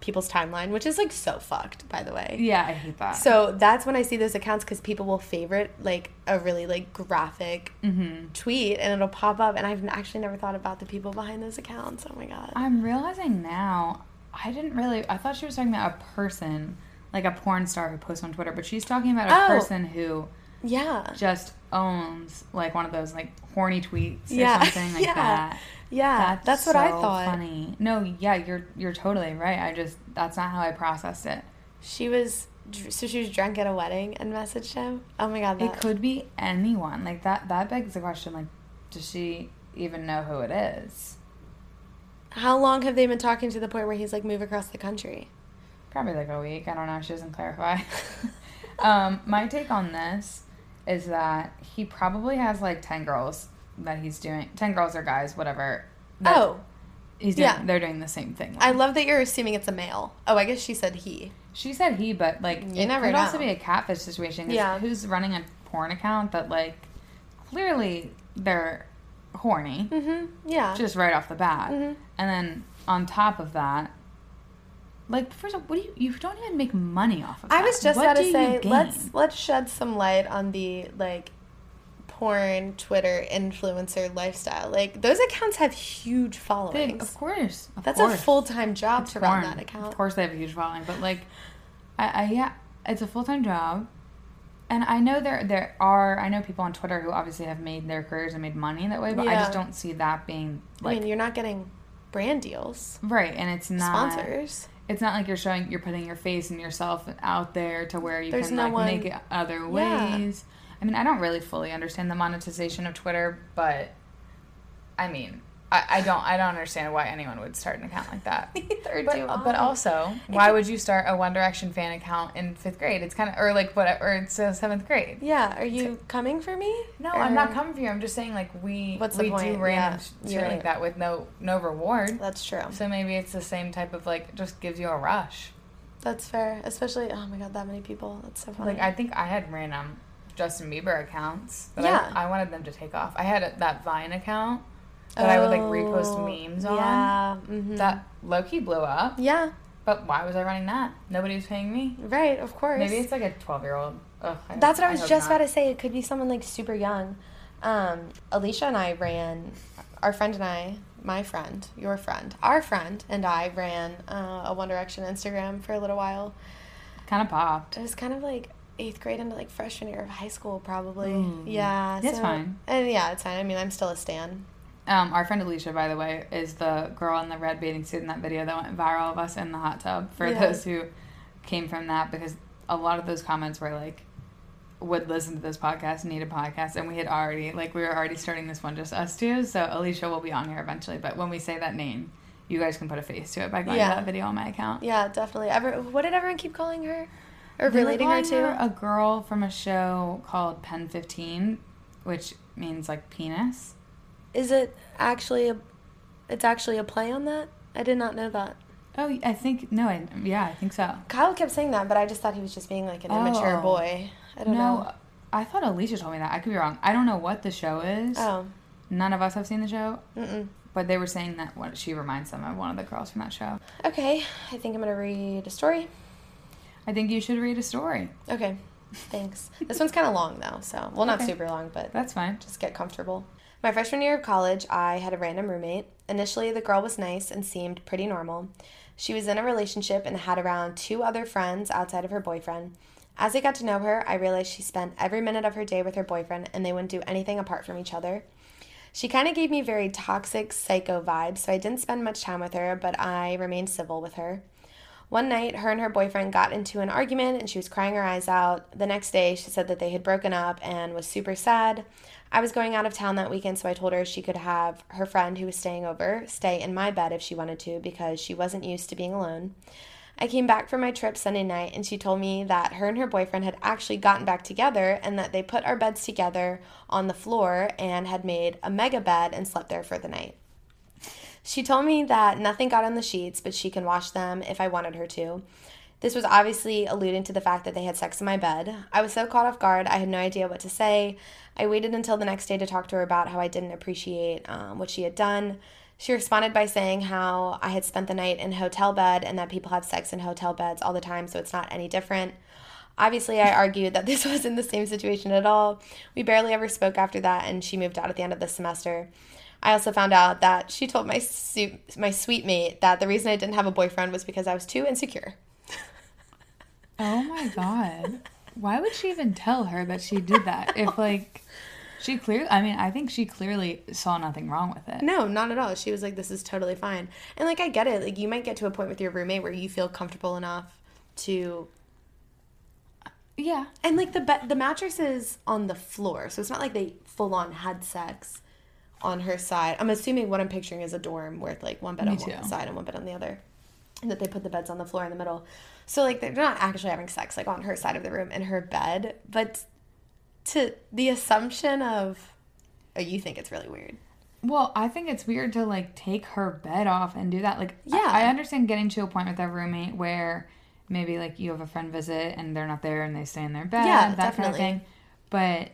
B: people's timeline, which is like so fucked, by the way.
A: Yeah, I hate that.
B: So that's when I see those accounts because people will favorite like a really like graphic
A: Mm-hmm.
B: tweet and it'll pop up. And I've n- actually never thought about the people behind those accounts. Oh my god.
A: I'm realizing now, I didn't really. I thought she was talking about a person, like a porn star who posts on Twitter, but she's talking about a
B: Oh.
A: person who
B: yeah.
A: just owns like one of those like horny tweets or
B: Yeah.
A: something like
B: Yeah.
A: that.
B: Yeah. That's, what I
A: so
B: thought.
A: Funny. No, yeah, you're you're totally right. I just that's not how I processed it.
B: She was, dr- so she was drunk at a wedding and messaged him. Oh my god.
A: It
B: That,
A: could be anyone. Like that that begs the question like does she even know who it is?
B: how long have they been talking to the point where he's like, move across the country?
A: Probably like a week. I don't know. She doesn't clarify. um, my take on this is that he probably has like 10 girls that he's doing 10 girls or guys, whatever. that
B: oh,
A: he's doing,
B: yeah.
A: they're doing the same thing. with.
B: I love that you're assuming it's a male. Oh, I guess she said he.
A: She said he, but like
B: You
A: it
B: never
A: could also
B: know.
A: be a catfish situation. 'cause
B: Yeah.
A: who's running a porn account that like clearly they're horny
B: Mm-hmm. Yeah.
A: just right off the bat,
B: Mm-hmm.
A: and then on top of that, like first of all, what do you you don't even make money off of?
B: I
A: that.
B: was just
A: What
B: about
A: do
B: to
A: you
B: say
A: gain?
B: let's let's shed some light on the like porn Twitter influencer lifestyle. Like those accounts have huge
A: They-
B: followings.
A: of course, of
B: That's a
A: course.
B: full time job to run
A: porn.
B: that account.
A: Of course, they have a huge following, but like, I, I yeah, it's a full time job, and I know there there are I know people on Twitter who obviously have made their careers and made money that way, but I
B: Yeah.
A: just don't see that being like
B: I mean, you're not getting brand deals,
A: right, and it's not
B: sponsors.
A: it's not like you're showing you're putting your face and yourself out there to where you
B: There's
A: can
B: no
A: like
B: one-
A: make it other
B: Yeah.
A: ways. I mean, I don't really fully understand the monetization of Twitter, but I mean, I, I don't I don't understand why anyone would start an account like that.
B: Neither
A: But, uh,
B: do
A: but
B: I.
A: also, why would you start a One Direction fan account in fifth grade? It's kind of or like what or it's uh, seventh grade.
B: Yeah, are you coming for me?
A: No, I'm not
B: Or-
A: coming for you. I'm just saying like we
B: What's the
A: we do
B: point?
A: random
B: Yeah,
A: sh- shit
B: you're
A: like
B: right.
A: that with no no reward.
B: That's true.
A: So maybe it's the same type of like just gives you a rush.
B: That's fair. Especially, oh my god, that many people. That's so funny.
A: Like I think I had random Justin Bieber accounts that
B: Yeah.
A: I, I wanted them to take off. I had a, that Vine account that I would like repost
B: Oh,
A: memes on.
B: Yeah. mhm.
A: That Loki blew up,
B: yeah.
A: but why was I running that? Nobody was paying me.
B: Right. Of course.
A: Maybe it's like a twelve-year-old. Ugh, I
B: That's what I
A: I
B: was
A: hope
B: just
A: not.
B: about to say. It could be someone like super young. Um, Alicia and I ran, our friend and I, my friend, your friend, our friend and I ran uh, a One Direction Instagram for a little while.
A: Kind of popped.
B: It was kind of like eighth grade into like freshman year of high school, probably. Yeah.
A: Hmm. It's fine.
B: And yeah, it's fine. I mean, I'm still a stan.
A: Um, our friend Alicia, by the way, is the girl in the red bathing suit in that video that went viral of us in the hot tub. For
B: Yeah.
A: those who came from that, because a lot of those comments were like, "Would listen to this podcast, need a podcast," and we had already like we were already starting this one just us two. So Alicia will be on here eventually, but when we say that name, you guys can put a face to it by going
B: Yeah.
A: to that video on my account.
B: Yeah, definitely. Ever what did everyone keep calling her? Or
A: They were
B: relating her
A: calling
B: to?
A: a girl from a show called Pen Fifteen, which means like penis.
B: Is it actually a it's actually a play on that? I did not know that.
A: Oh, I think no, I, yeah, I think so.
B: Kyle kept saying that, but I just thought he was just being like an immature
A: Oh.
B: boy. I don't know.
A: No, I thought Alicia told me that. I could be wrong. I don't know what the show is.
B: Oh.
A: None of us have seen the show,
B: Mm-mm.
A: but they were saying that what she reminds them of one of the girls from that show.
B: Okay. I think I'm gonna read a story.
A: I think you should read a story.
B: Okay. Thanks. this one's kinda long though, so well not
A: Okay.
B: super long, but
A: That's fine.
B: just get comfortable. My freshman year of college, I had a random roommate. Initially, the girl was nice and seemed pretty normal. She was in a relationship and had around two other friends outside of her boyfriend. As I got to know her, I realized she spent every minute of her day with her boyfriend and they wouldn't do anything apart from each other. She kind of gave me very toxic psycho vibes, so I didn't spend much time with her, but I remained civil with her. One night, her and her boyfriend got into an argument and she was crying her eyes out. The next day, she said that they had broken up and was super sad. I was going out of town that weekend, so I told her she could have her friend who was staying over stay in my bed if she wanted to because she wasn't used to being alone. I came back from my trip Sunday night and she told me that her and her boyfriend had actually gotten back together and that they put our beds together on the floor and had made a mega bed and slept there for the night. She told me that nothing got on the sheets, but she can wash them if I wanted her to. This was obviously alluding to the fact that they had sex in my bed. I was so caught off guard, I had no idea what to say. I waited until the next day to talk to her about how I didn't appreciate um, what she had done. She responded by saying how I had spent the night in a hotel bed and that people have sex in hotel beds all the time, so it's not any different. Obviously, I argued that this wasn't the same situation at all. We barely ever spoke after that, and she moved out at the end of the semester. I also found out that she told my su- my sweet mate that the reason I didn't have a boyfriend was because I was too insecure.
A: Oh my god. Why would she even tell her that she did that? If like she clearly I mean, I think she clearly saw nothing wrong with it.
B: No, not at all. She was like, "This is totally fine," and like I get it. Like you might get to a point with your roommate where you feel comfortable enough to,
A: Yeah.
B: and like the be- the mattress is on the floor, so it's not like they full on had sex on her side. I'm assuming what I'm picturing is a dorm with like one bed on one
A: too.
B: side and one bed on the other. And that they put the beds on the floor in the middle. So like they're not actually having sex like on her side of the room in her bed, but to the assumption of oh, you think it's really weird.
A: Well, I think it's weird to like take her bed off and do that. Like, I-
B: Yeah.
A: I, understand getting to a point with a roommate where maybe like you have a friend visit and they're not there and they stay in their bed,
B: Yeah,
A: that kind of
B: definitely.
A: thing. But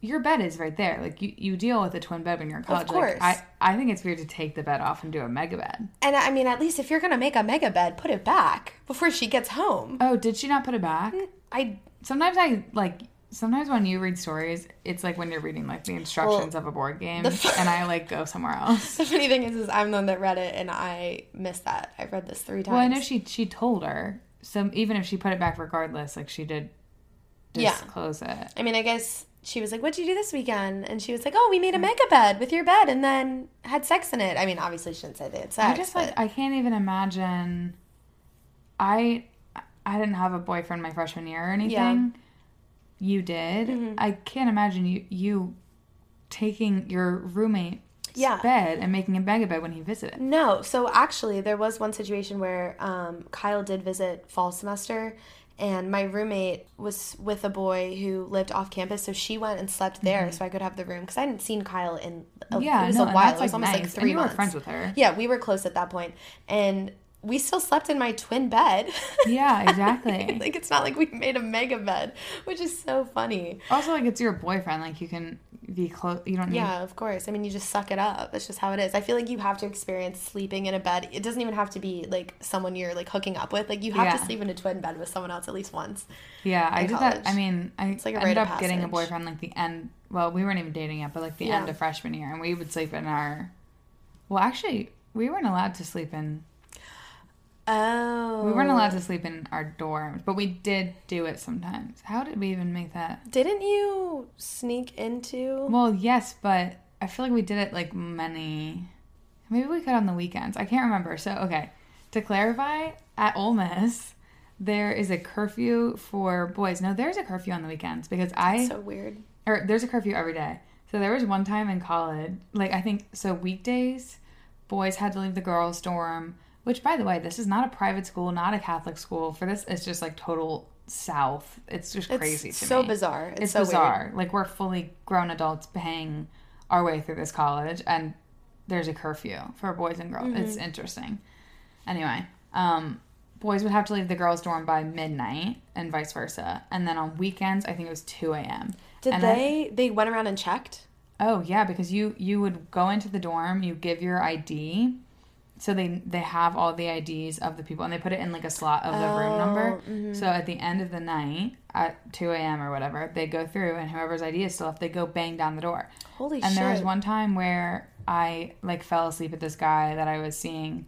A: your bed is right there. Like, you, you deal with a twin bed when you're in college.
B: course.
A: Like, I, I think it's weird to take the bed off and do a mega bed.
B: And I mean, at least if you're gonna make a mega bed, put it back before she gets home.
A: Oh, did she not put it back?
B: I
A: Mm. Sometimes I like. Sometimes when you read stories, it's like when you're reading like the instructions of a board game, and I like go somewhere else.
B: the funny thing is, is I'm the one that read it and I missed that. I've read this three times.
A: Well, I know she she told her. So even if she put it back, regardless, like she did
B: Yeah.
A: disclose it.
B: I mean, I guess she was like, "What'd you do this weekend?" And she was like, "Oh, we made a mega bed with your bed, and then had sex in it." I mean, obviously, she didn't say they had
A: I
B: sex.
A: just
B: but-
A: like I can't even imagine. I I didn't have a boyfriend my freshman year or anything.
B: Mm-hmm.
A: You did. I can't imagine you you taking your roommate
B: Yeah. Mm-hmm.
A: bed and making him beg a bed when he visited.
B: No, so actually, there was one situation where um, Kyle did visit fall semester, and my roommate was with a boy who lived off campus, so she went and slept there so I could have the room because I hadn't seen Kyle in a,
A: Yeah,
B: it was
A: no,
B: a
A: and
B: while.
A: that's,
B: it was
A: like,
B: almost like
A: nice. And
B: three
A: you were
B: months.
A: friends with her.
B: Yeah, we were close at that point, and we still slept in my twin bed.
A: Yeah, exactly.
B: like it's not like we made a mega bed, which is so funny.
A: also, like it's your boyfriend. Like you can be close. You don't need.
B: Yeah, of course. I mean, you just suck it up. That's just how it is. I feel like you have to experience sleeping in a bed. It doesn't even have to be like someone you're like hooking up with. Like you have
A: Yeah.
B: to sleep in a twin bed with someone else at least once.
A: Yeah, I
B: in
A: did that. I
B: college.
A: mean, I
B: like a
A: ended
B: rite of
A: up getting a
B: passage.
A: boyfriend like the end. Well, we weren't even dating yet, but like the
B: Yeah.
A: end of freshman year, and we would sleep in our. Well, actually, we weren't allowed to sleep in.
B: Oh.
A: We weren't allowed to sleep in our dorms, but we did do it sometimes. How did we even make that?
B: Mm-hmm. Didn't you sneak into
A: Well, yes, but I feel like we did it like many. Maybe we could on the weekends. I can't remember. So, okay. To clarify, at Ole Miss, there is a curfew for boys. No, there's a curfew on the weekends because I,
B: so weird.
A: or there's a curfew every day. So, there was one time in college, like I think, so weekdays, boys had to leave the girls' dorm, which, by the way, this is not a private school, not a Catholic school. For this, it's just like total South. It's just
B: It's
A: crazy to
B: so
A: me
B: bizarre. It's,
A: it's
B: so
A: bizarre. Like we're fully grown adults paying our way through this college, and there's a curfew for boys and girls. It's
B: Mm-hmm.
A: interesting. Anyway, um, boys would have to leave the girls' dorm by midnight, and vice versa. And then on weekends, I think it was two a.m.
B: weird. Did
A: And I-
B: they they went around and checked?
A: Oh yeah, because you you would go into the dorm, you give your ID, so they they have all the IDs of the people, and they put it in like a slot of the room number.
B: Oh, mm-hmm.
A: So at the end of the night at two a.m. or whatever, they go through, and whoever's ID is still left, they go bang down the door.
B: Holy
A: and
B: shit.
A: there was one time where I like fell asleep with this guy that I was seeing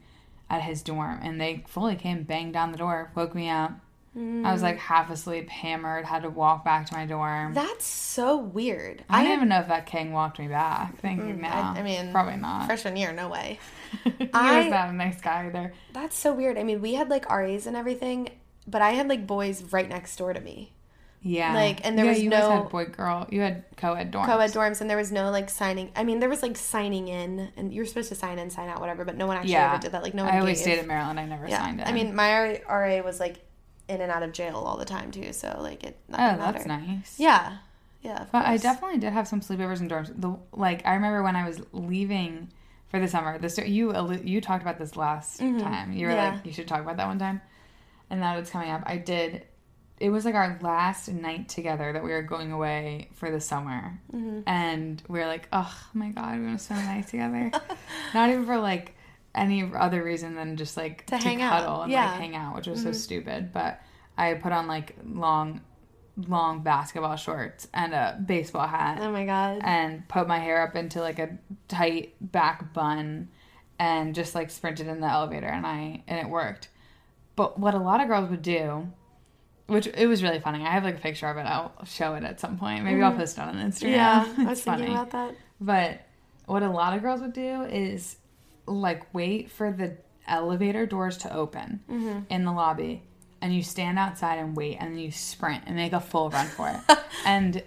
A: at his dorm, and they fully came bang down the door, woke me up.
B: Mm.
A: I was like half asleep, hammered, had to walk back to my dorm.
B: That's so weird. I,
A: I
B: Mm,
A: don't even know if that king walked me back. Thank you. No,
B: I- I mean,
A: probably not.
B: freshman year, no way.
A: he was
B: I-
A: not a nice guy either.
B: That's so weird. I mean, we had like RAs and everything, but I had like boys right next door to me.
A: Yeah,
B: Like, and there
A: yeah,
B: was
A: you guys
B: no-
A: had boy girl. You had co-ed dorm.
B: co-ed dorms and there was no like signing i mean there was like signing in and you were supposed to sign in sign out whatever but no one actually
A: Yeah,
B: ever did that like no one
A: I always
B: gave.
A: stayed at Maryland. I never
B: yeah.
A: signed it.
B: i mean my RA, RA was like in and out of jail all the time too so like it
A: oh,
B: nothing mattered.
A: that's nice.
B: yeah yeah of
A: But I
B: course.
A: definitely did have some sleepovers in dorms. The like I remember when I was leaving for the summer. This you allu- you talked about this last time. You were
B: Mm-hmm. Yeah.
A: like you should talk about that one time, and now it's coming up. I did. It was like our last night together that we were going away for the summer,
B: Mm-hmm.
A: and we were like, oh my god, we're gonna spend the night together. Not even for like any other reason than just like to,
B: hang out.
A: cuddle and
B: Yeah. Mm-hmm.
A: like hang out, which was so stupid. But I put on like long long basketball shorts and a baseball hat
B: oh my god
A: and put my hair up into like a tight back bun and just like sprinted in the elevator and I and it worked. But what a lot of girls would do, which it was really funny. I have like a picture of it. I'll show it at some point. Maybe I'll post it on
B: Mm-hmm.
A: Instagram.
B: yeah i
A: it's
B: was
A: funny.
B: thinking about that
A: But what a lot of girls would do is like wait for the elevator doors to open
B: Mm-hmm.
A: in the lobby and you stand outside and wait and you sprint and make a full run for it. and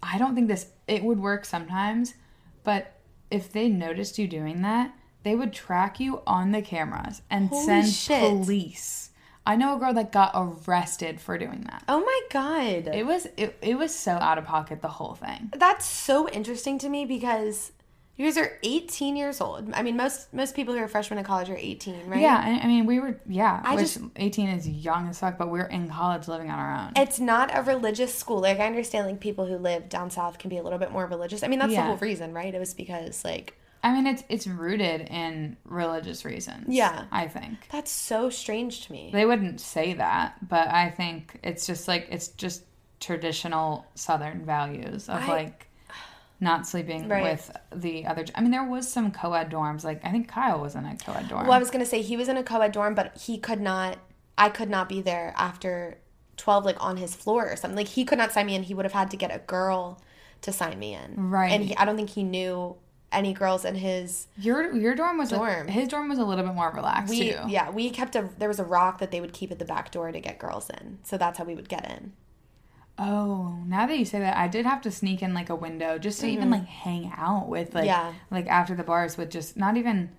A: I don't think this it would work sometimes, but if they noticed you doing that, they would track you on the cameras and
B: Holy
A: send
B: shit.
A: police. I know a girl that got arrested for doing that.
B: oh my god
A: It was it, it was so out of pocket the whole thing.
B: that's so interesting to me because you guys are 18 years old i mean most most people who are freshmen in college are 18 right
A: Yeah, I, I mean, we were, yeah.
B: I
A: which
B: just-
A: 18 is young as fuck, but we are in college living on our own.
B: it's not a religious school. Like I understand, like people who live down south can be a little bit more religious. I mean, that's
A: Yeah.
B: the whole reason, right? It was because like
A: I mean, it's it's rooted in religious reasons.
B: Yeah.
A: I think.
B: that's so strange to me.
A: They wouldn't say that, but I think it's just like, it's just traditional Southern values of
B: I-
A: like not sleeping
B: Right.
A: with the other. I mean, there was some co ed dorms. Like, I think Kyle was in a co ed dorm.
B: Well, I was gonna say he was in a co-ed dorm, but he could not. I could not be there after twelve, like on his floor or something. Like he could not sign me in. He would have had to get a girl to sign me in.
A: Right.
B: And he, I don't think he knew any girls in his.
A: your your dorm was
B: Dorm.
A: A, his dorm was a little bit more relaxed
B: We,
A: too.
B: yeah, we kept a. There was a rock that they would keep at the back door to get girls in, so that's how we would get in.
A: Oh, now that you say that, I did have to sneak in like a window just to even like hang out with like
B: Mm-hmm. Yeah.
A: like after the bars with just not even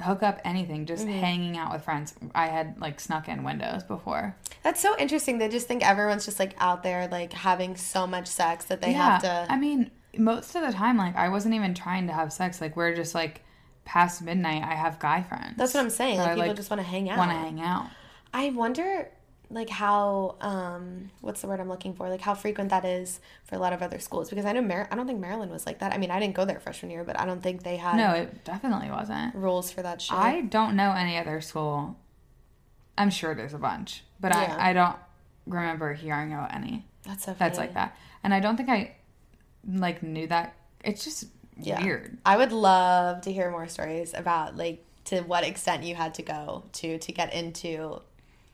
A: hook up anything, just
B: Mm-hmm.
A: hanging out with friends. I had like snuck in windows before.
B: That's so interesting. They just think everyone's just like out there like having so much sex that they have to
A: I mean, most of the time, like I wasn't even trying to have sex. Like we're just like past midnight. I have guy friends.
B: That's what I'm saying.
A: So
B: Like
A: I,
B: people
A: like,
B: just want to hang out.
A: Want to hang out?
B: I wonder like how um what's the word I'm looking for? Like how frequent that is for a lot of other schools because I know Mar- I don't think Maryland was like that. I mean, I didn't go there freshman year, but I don't think they had
A: No, it definitely wasn't.
B: rules for that shit.
A: I don't know any other school. I'm sure there's a bunch, but
B: Yeah.
A: I, I don't remember hearing about any
B: that's so funny.
A: that's like that. And I don't think I like knew that. It's just
B: Yeah.
A: weird.
B: I would love to hear more stories about like to what extent you had to go to to get into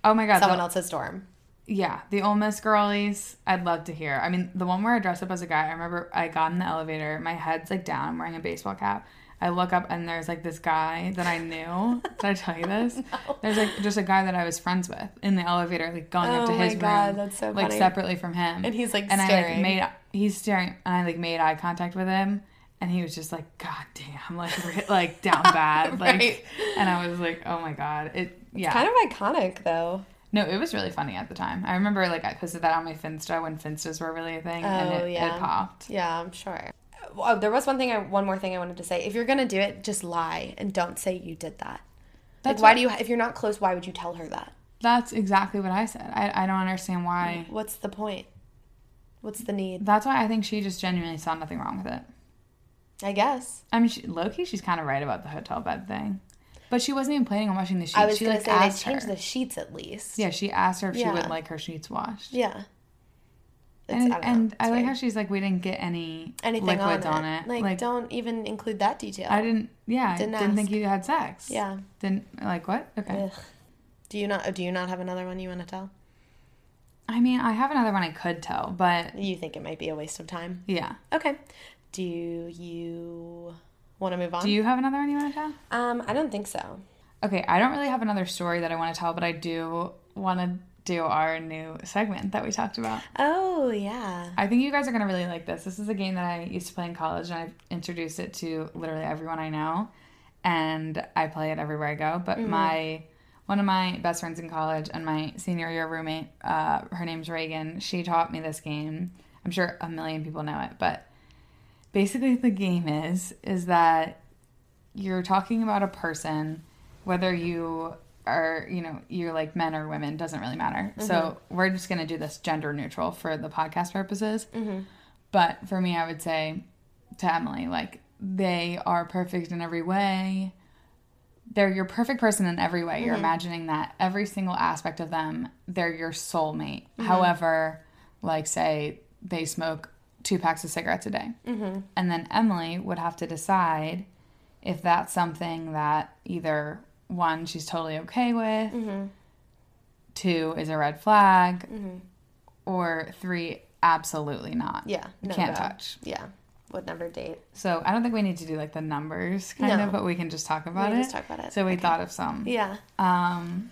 A: Oh my god.
B: someone
A: the-
B: else's dorm.
A: Yeah, the Ole Miss girlies. I'd love to hear. I mean, the one where I dressed up as a guy. I remember I got in the elevator. My head's like down. I'm wearing a baseball cap. I look up and there's like this guy that I knew. Did I tell you this? There's like just a guy that I was friends with in the elevator, like going up
B: Oh
A: to
B: my
A: his
B: God,
A: room,
B: that's so
A: like
B: funny.
A: separately from him.
B: And he's, like,
A: and I
B: staring.
A: like made he's staring, and I like made eye contact with him, and he was just like, "God damn!" Like re- like down bad, like,
B: Right.
A: and I was like, "Oh my god!" It yeah,
B: Kind of iconic though.
A: no, it was really funny at the time. I remember like I posted that on my Finsta when Finstas were really a thing, and
B: Oh,
A: it,
B: yeah.
A: it popped.
B: Yeah, I'm sure. Oh, there was one thing I one more thing I wanted to say. If you're gonna do it, just lie and don't say you did that.
A: That's
B: like, why
A: what-
B: do you? If you're not close, why would you tell her that?
A: That's exactly what I said. I, I don't understand why.
B: What's the point? What's the need?
A: That's why I think she just genuinely saw nothing wrong with it.
B: I guess.
A: I mean, she, low key, she's kind of right about the hotel bed thing, but she wasn't even planning on washing the sheets.
B: I was
A: she
B: gonna
A: like
B: say they
A: asked her.
B: changed the sheets at least.
A: Yeah, she asked her if she
B: Yeah.
A: would like her sheets washed.
B: Yeah. It's-
A: and
B: I don't know.
A: and I
B: It's
A: like
B: weird.
A: how she's like, we didn't get any
B: anything
A: liquids
B: on,
A: on
B: it. Like,
A: like
B: don't even include that detail.
A: I didn't. Yeah,
B: Didn't
A: didn't, didn't think you had sex.
B: Yeah.
A: Didn't like what? Okay.
B: Ugh. Do you not? Do you not have another one you want to tell?
A: I mean, I have another one I could tell, but
B: You think it might be a waste of time?
A: yeah.
B: Okay. Do you want to move on?
A: Do you have another one you want to tell?
B: um, I don't think so.
A: Okay, I don't really have another story that I want to tell, but I do want to do our new segment that we talked about.
B: Oh yeah.
A: I think you guys are going to really like this. This is a game that I used to play in college, and I've introduced it to literally everyone I know, and I play it everywhere I go. But my one of my best friends in college and my senior year roommate, uh, her name's Reagan. She taught me this game. I'm sure a million people know it, but basically the game is is that you're talking about a person whether you are you know you're like men or women doesn't really matter so we're just going to do this gender neutral for the podcast purposes but for me i would say to emily like they are perfect in every way they're your perfect person in every way you're imagining that every single aspect of them they're your soulmate however like say they smoke two packs of cigarettes a day and then emily would have to decide if that's something that either one she's totally okay with two is a red flag or three absolutely not
B: Yeah.
A: you
B: no
A: can't
B: go.
A: touch
B: Yeah. Would never date.
A: so i don't think we need to do like the numbers kind
B: No.
A: of but we can just talk about
B: can
A: it
B: just talk about it.
A: so we thought of some
B: Yeah.
A: um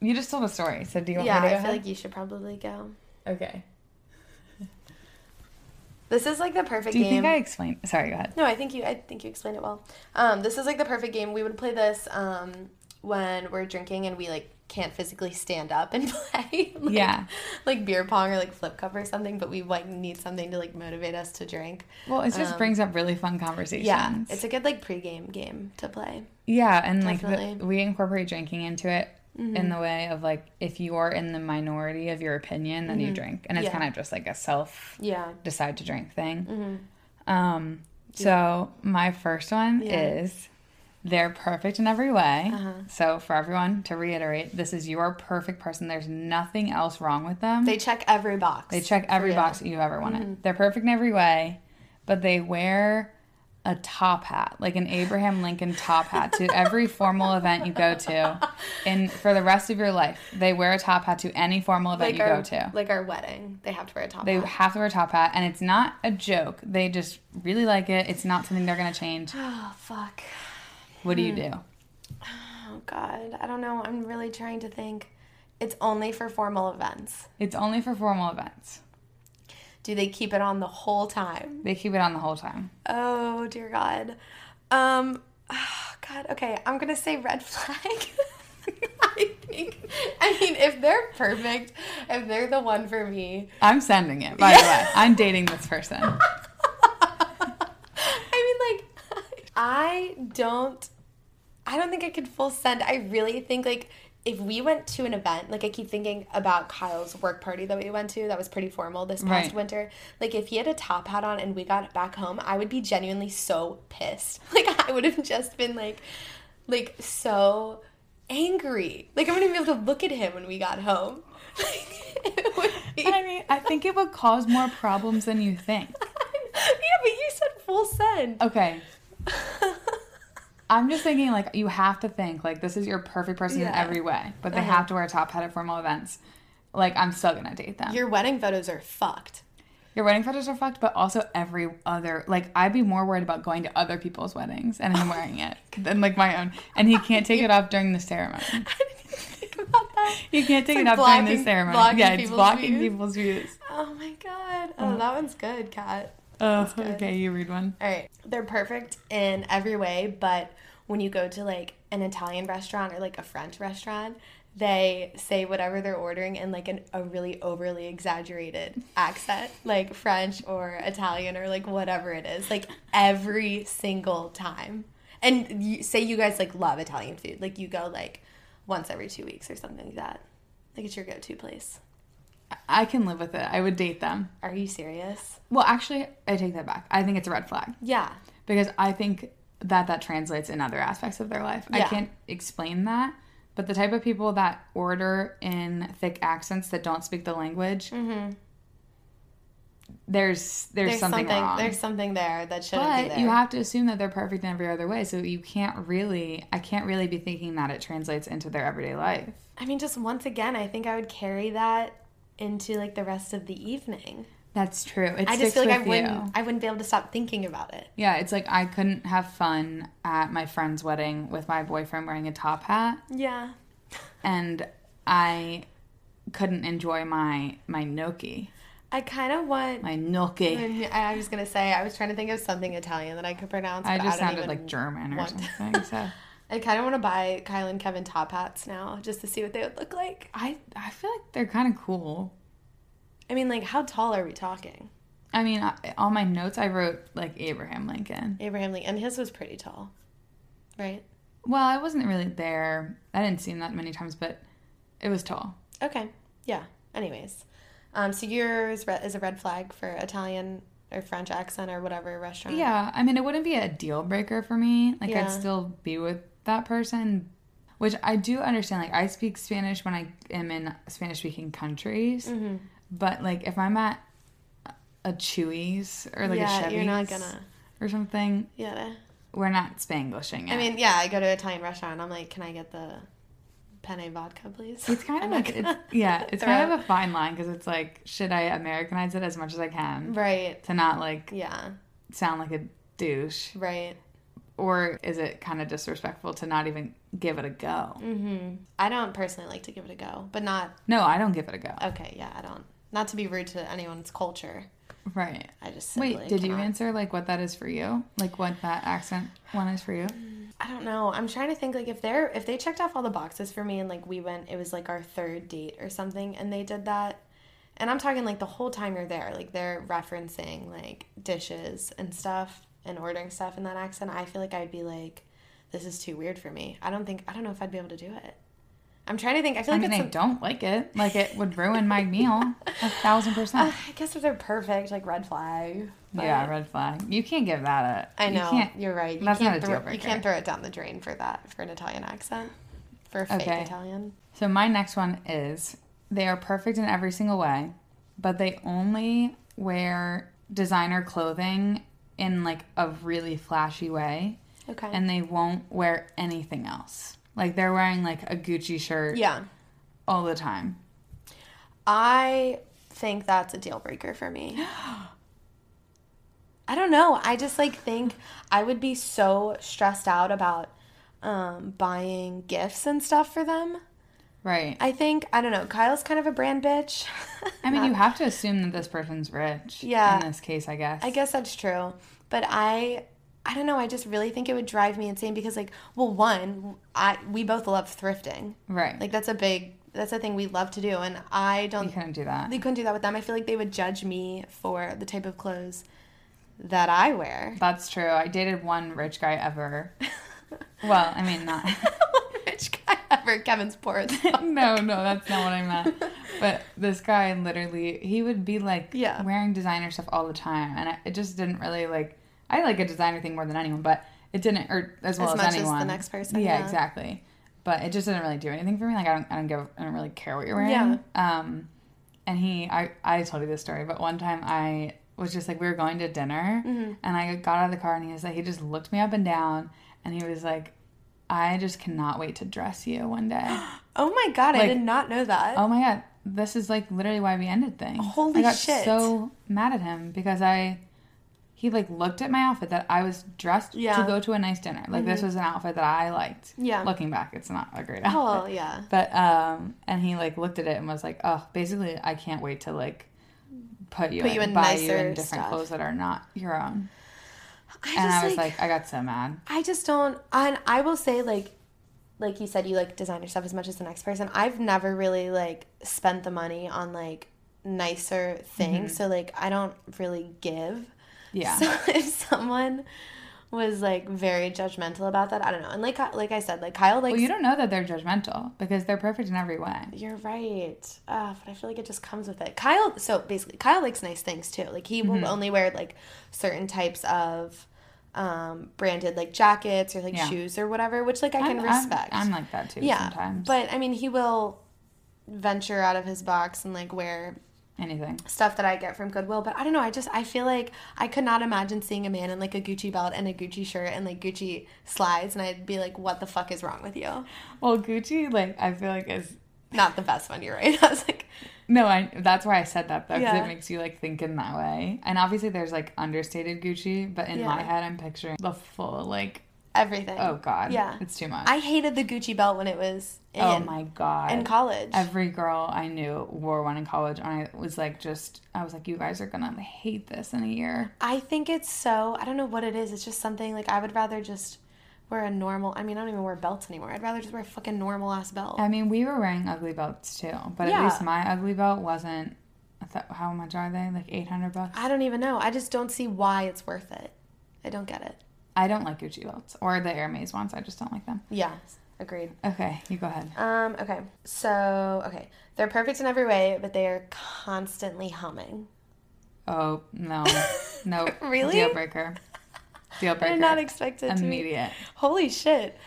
A: you just told a story so do you want
B: yeah.
A: me to
B: I
A: go
B: feel
A: ahead?
B: like you should probably go.
A: okay
B: This is like the perfect
A: do you
B: game.
A: think i explained sorry go ahead
B: No, I think you. I think you explained it well. Um, this is like the perfect game. We would play this um, when we're drinking and we like can't physically stand up and play. like,
A: Yeah.
B: Like beer pong or like flip cup or something, but we like need something to like motivate us to drink.
A: well it just brings up really fun conversations
B: Um, Yeah, it's a good like pregame game to play.
A: Yeah, and like
B: Definitely. Mm-hmm.
A: the, we incorporate drinking into it in the way of like if you are in the minority of your opinion, then you drink, and it's
B: Mm-hmm. Yeah.
A: kind of just like a self
B: Yeah.
A: decide to drink thing.
B: Mm-hmm.
A: Um, so my first one is they're perfect in every way.
B: Uh-huh.
A: So for everyone to reiterate, this is your perfect person. There's nothing else wrong with them.
B: They check every box.
A: They check every
B: Yeah. Mm-hmm.
A: box that you ever wanted. They're perfect in every way, but they wear a top hat, like an Abraham Lincoln top hat, to every formal event you go to, and for the rest of your life, they wear a top hat to any formal event
B: like
A: you
B: our,
A: go to.
B: Like our wedding, they have to wear a top
A: they
B: hat.
A: have to wear a top hat, and it's not a joke. They just really like it. It's not something they're gonna change.
B: Oh fuck.
A: What do you do?
B: Oh god. I don't know. I'm really trying to think. It's only for formal events.
A: It's only for formal events.
B: Do they keep it on the whole time?
A: They keep it on the whole time.
B: Oh dear God. Um, ah, God. Okay, I'm gonna say red flag. I think. I mean, if they're perfect, if they're the one for me,
A: I'm sending it, by the way. I'm dating this person.
B: I mean, like, I don't, I don't think I could full send. I really think like if we went to an event, like I keep thinking about Kyle's work party that we went to, that was pretty formal this past
A: Right.
B: winter. Like if he had a top hat on and we got back home, I would be genuinely so pissed. Like I would have just been like, like so angry. Like I wouldn't be able to look at him when we got home. Like, it would be.
A: I mean, I think it would cause more problems than you think.
B: yeah, but you said full send.
A: Okay. I'm just thinking, like, you have to think, like, this is your perfect person in
B: Yeah.
A: every way, but they have to wear a top hat at formal events. Like, I'm still gonna date them.
B: Your wedding photos are fucked.
A: Your wedding photos are fucked, but also every other. Like, I'd be more worried about going to other people's weddings and him wearing it than, like, my own. And he can't take it off during the ceremony.
B: I didn't even think about that.
A: You can't take
B: It's like
A: it off during the
B: blocking-
A: ceremony.
B: blocking
A: yeah, it's
B: people's
A: blocking Uh-huh.
B: views.
A: people's views.
B: Oh my god. Oh, that one's good, Kat.
A: Oh, okay, you read one.
B: All right. They're perfect in every way, but when you go to like an Italian restaurant or like a French restaurant, they say whatever they're ordering in like an, a really overly exaggerated accent, like French or Italian or like whatever it is, like every single time. And you, say you guys like love Italian food, like you go like once every two weeks or something like that. Like it's your go to place.
A: I can live with it. I would date them.
B: Are you serious?
A: Well, actually, I take that back. I think it's a red flag
B: Yeah.
A: because I think that that translates in other aspects of their life. I
B: Yeah.
A: can't explain that, but the type of people that order in thick accents that don't speak the language, there's, Mm-hmm. there's
B: There's
A: something,
B: something,
A: wrong.
B: there's something there that shouldn't be
A: but
B: there.
A: you have to assume that they're perfect in every other way, so you can't really. I can't really be thinking that it translates into their everyday life.
B: I mean, just once again, I think I would carry that into like the rest of the evening.
A: That's true. It
B: I just
A: sticks
B: feel like I
A: with you.
B: wouldn't I wouldn't be able to stop thinking about it.
A: Yeah, it's like I couldn't have fun at my friend's wedding with my boyfriend wearing a top hat,
B: Yeah.
A: and I couldn't enjoy my my gnocchi,
B: I kind of want
A: my gnocchi.
B: I I was going to say I was trying to think of something Italian that I could pronounce.
A: I
B: but
A: just
B: don't
A: sounded
B: even-
A: like German or
B: want-
A: something. So
B: I kind of want to buy Kyle and Kevin top hats now just to see what they would look like.
A: I I feel like they're kind of cool.
B: I mean, like how tall are we talking?
A: I mean, I, all my notes I wrote like Abraham Lincoln.
B: Abraham Lincoln and his was pretty tall. Right?
A: Well, I wasn't really there. I didn't see him that many times, but it was tall.
B: Okay. Yeah. Anyways, um, so yours re- is a red flag for Italian or French accent or whatever restaurant.
A: Yeah, I mean, it wouldn't be a deal breaker for me. Like,
B: Yeah.
A: I'd still be with that person, which I do understand. Like, I speak Spanish when I am in Spanish speaking countries,
B: Mm-hmm.
A: but like, if I'm at a Chewy's or like a
B: yeah,
A: Chevy's
B: you're not gonna.
A: or something,
B: Yeah.
A: we're not Spanglishing it.
B: I mean, yeah, I go to an Italian restaurant. I'm like, can I get the penne vodka, please?
A: it's kind
B: I'm
A: of
B: not
A: like,
B: gonna-
A: it's, yeah, it's kind
B: throw-
A: of a fine line because it's like, should I Americanize it as much as I can
B: right.
A: to not like
B: Yeah.
A: sound like a douche?
B: Right.
A: Or is it kind of disrespectful to not even give it a go?
B: I don't personally like to give it a go, but not
A: No, I don't give it a go.
B: okay. Yeah, I don't. Not to be rude to anyone's culture.
A: Right.
B: I just simply
A: Wait, did you
B: cannot.
A: answer like what that is for you? Like what that accent one is for you?
B: I don't know. I'm trying to think like if they're if they checked off all the boxes for me and like we went it was like our third date or something and they did that. And I'm talking like the whole time you're there, like they're referencing like dishes and stuff and ordering stuff in that accent. I feel like I'd be like this is too weird for me. I don't think I don't know if I'd be able to do it. I'm trying to think. I feel
A: I
B: like
A: mean,
B: it's
A: I
B: some-
A: don't like it. Like it would ruin my meal a thousand percent.
B: I guess if they're perfect, like red flag. but-
A: Yeah, red flag. You can't give that a.
B: I know.
A: You
B: You
A: can't.
B: are right. You
A: that's
B: can't
A: not a
B: throw,
A: deal
B: You
A: breaker.
B: can't throw it down the drain for that for an Italian accent, for a fake
A: Okay.
B: Italian.
A: So my next one is they are perfect in every single way, but they only wear designer clothing in like a really flashy way,
B: Okay.
A: and they won't wear anything else. Like they're wearing like a Gucci shirt
B: yeah.
A: all the time.
B: I think that's a deal breaker for me. I don't know. I just like think I would be so stressed out about um, buying gifts and stuff for them
A: Right.
B: I think I don't know. Kyle's kind of a brand bitch.
A: I mean, you have to assume that this person's rich.
B: Yeah.
A: In this case, I guess.
B: I guess that's true. But I I don't know, I just really think it would drive me insane because like, well, one, I we both love thrifting.
A: Right. Like,
B: Like that's a big that's a thing we love to do and I don't
A: you couldn't do that.
B: they couldn't do that with them. I feel like they would judge me for the type of clothes that I wear.
A: That's true. I dated one rich guy ever. well, I mean, not.
B: Rich guy ever Kevin's porous.
A: no, no, that's not what I meant. But this guy literally, he would be like
B: Yeah.
A: wearing designer stuff all the time, and I, it just didn't really like. I like a designer thing more than anyone, but it didn't, or as well
B: As
A: as,
B: much as the
A: anyone.
B: next person,
A: Yeah,
B: yeah.
A: exactly. But it just didn't really do anything for me. Like I don't, I don't give, I don't really care what you're wearing.
B: Yeah.
A: Um, and he, I, I told you this story, but one time I was just like, we were going to dinner,
B: Mm-hmm.
A: and I got out of the car, and he was like, he just looked me up and down, and he was like. I just cannot wait to dress you one day.
B: Oh my god, I
A: Like-
B: did not know that.
A: Oh my god, this is like literally why we ended things.
B: Holy
A: I got
B: shit.
A: So mad at him because I, he like looked at my outfit that I was dressed
B: Yeah. Mm-hmm.
A: to go to a nice dinner. Like this was an outfit that I liked.
B: Yeah.
A: Looking back, it's not a great
B: Oh,
A: outfit.
B: well, yeah.
A: But um, and he like looked at it and was like, oh, basically, I can't wait to like put you
B: Put
A: in,
B: you in
A: buy you
B: nicer
A: in different
B: stuff.
A: clothes that are not your own.
B: I
A: And
B: just
A: I was
B: like
A: like, I got so mad.
B: I just don't. And I will say, like, like you said, you like designer stuff as much as the next person. I've never really like spent the money on like nicer things, so like I don't really give.
A: Mm-hmm. Yeah.
B: So if someone was like very judgmental about that, I don't know. And like like I said, like Kyle like
A: well, you don't know that they're judgmental because they're perfect in every way.
B: you're right. Ah, but I feel like it just comes with it. Kyle, so basically, Kyle likes nice things too. Like he
A: Mm-hmm.
B: will only wear like certain types of um branded like jackets or like
A: Yeah.
B: shoes or whatever, which like I can
A: I'm- I'm-
B: respect.
A: I'm, like that too
B: yeah,
A: sometimes.
B: but I mean, he will venture out of his box and like wear
A: Anything.
B: stuff that I get from Goodwill. But I don't know. I just I feel like I could not imagine seeing a man in like a Gucci belt and a Gucci shirt and like Gucci slides, and I'd be like, what the fuck is wrong with you?
A: Well, Gucci, like I feel like is
B: Not the best one. You're right. I was like.
A: no, I that's why I said that though because
B: Yeah.
A: it makes you like think in that way. And obviously, there's like understated Gucci, but in my
B: Yeah.
A: head, I'm picturing the full like
B: Everything.
A: oh god,
B: Yeah.
A: it's too much.
B: I hated the Gucci belt when it was in,
A: oh my god.
B: in college.
A: Every girl I knew wore one in college, and I was like, just I was like, you guys are gonna hate this in a year.
B: I think it's so, I don't know what it is. It's just something like I would rather just wear a normal, I mean, I don't even wear belts anymore. I'd rather just wear a fucking normal ass belt.
A: I mean, we were wearing ugly belts too, but
B: Yeah.
A: at least my ugly belt wasn't. I thought, how much are they? Like eight hundred bucks.
B: I don't even know. I just don't see why it's worth it. I don't get it.
A: I don't like Gucci belts or the Air Maze ones. I just don't like them.
B: Yeah, agreed.
A: Okay, you go ahead.
B: Um, okay. So, okay. They're perfect in every way, but they are constantly humming.
A: Oh no, no,
B: Really?
A: deal breaker, deal
B: I
A: breaker,
B: did not expect it to be
A: immediate.
B: Holy shit.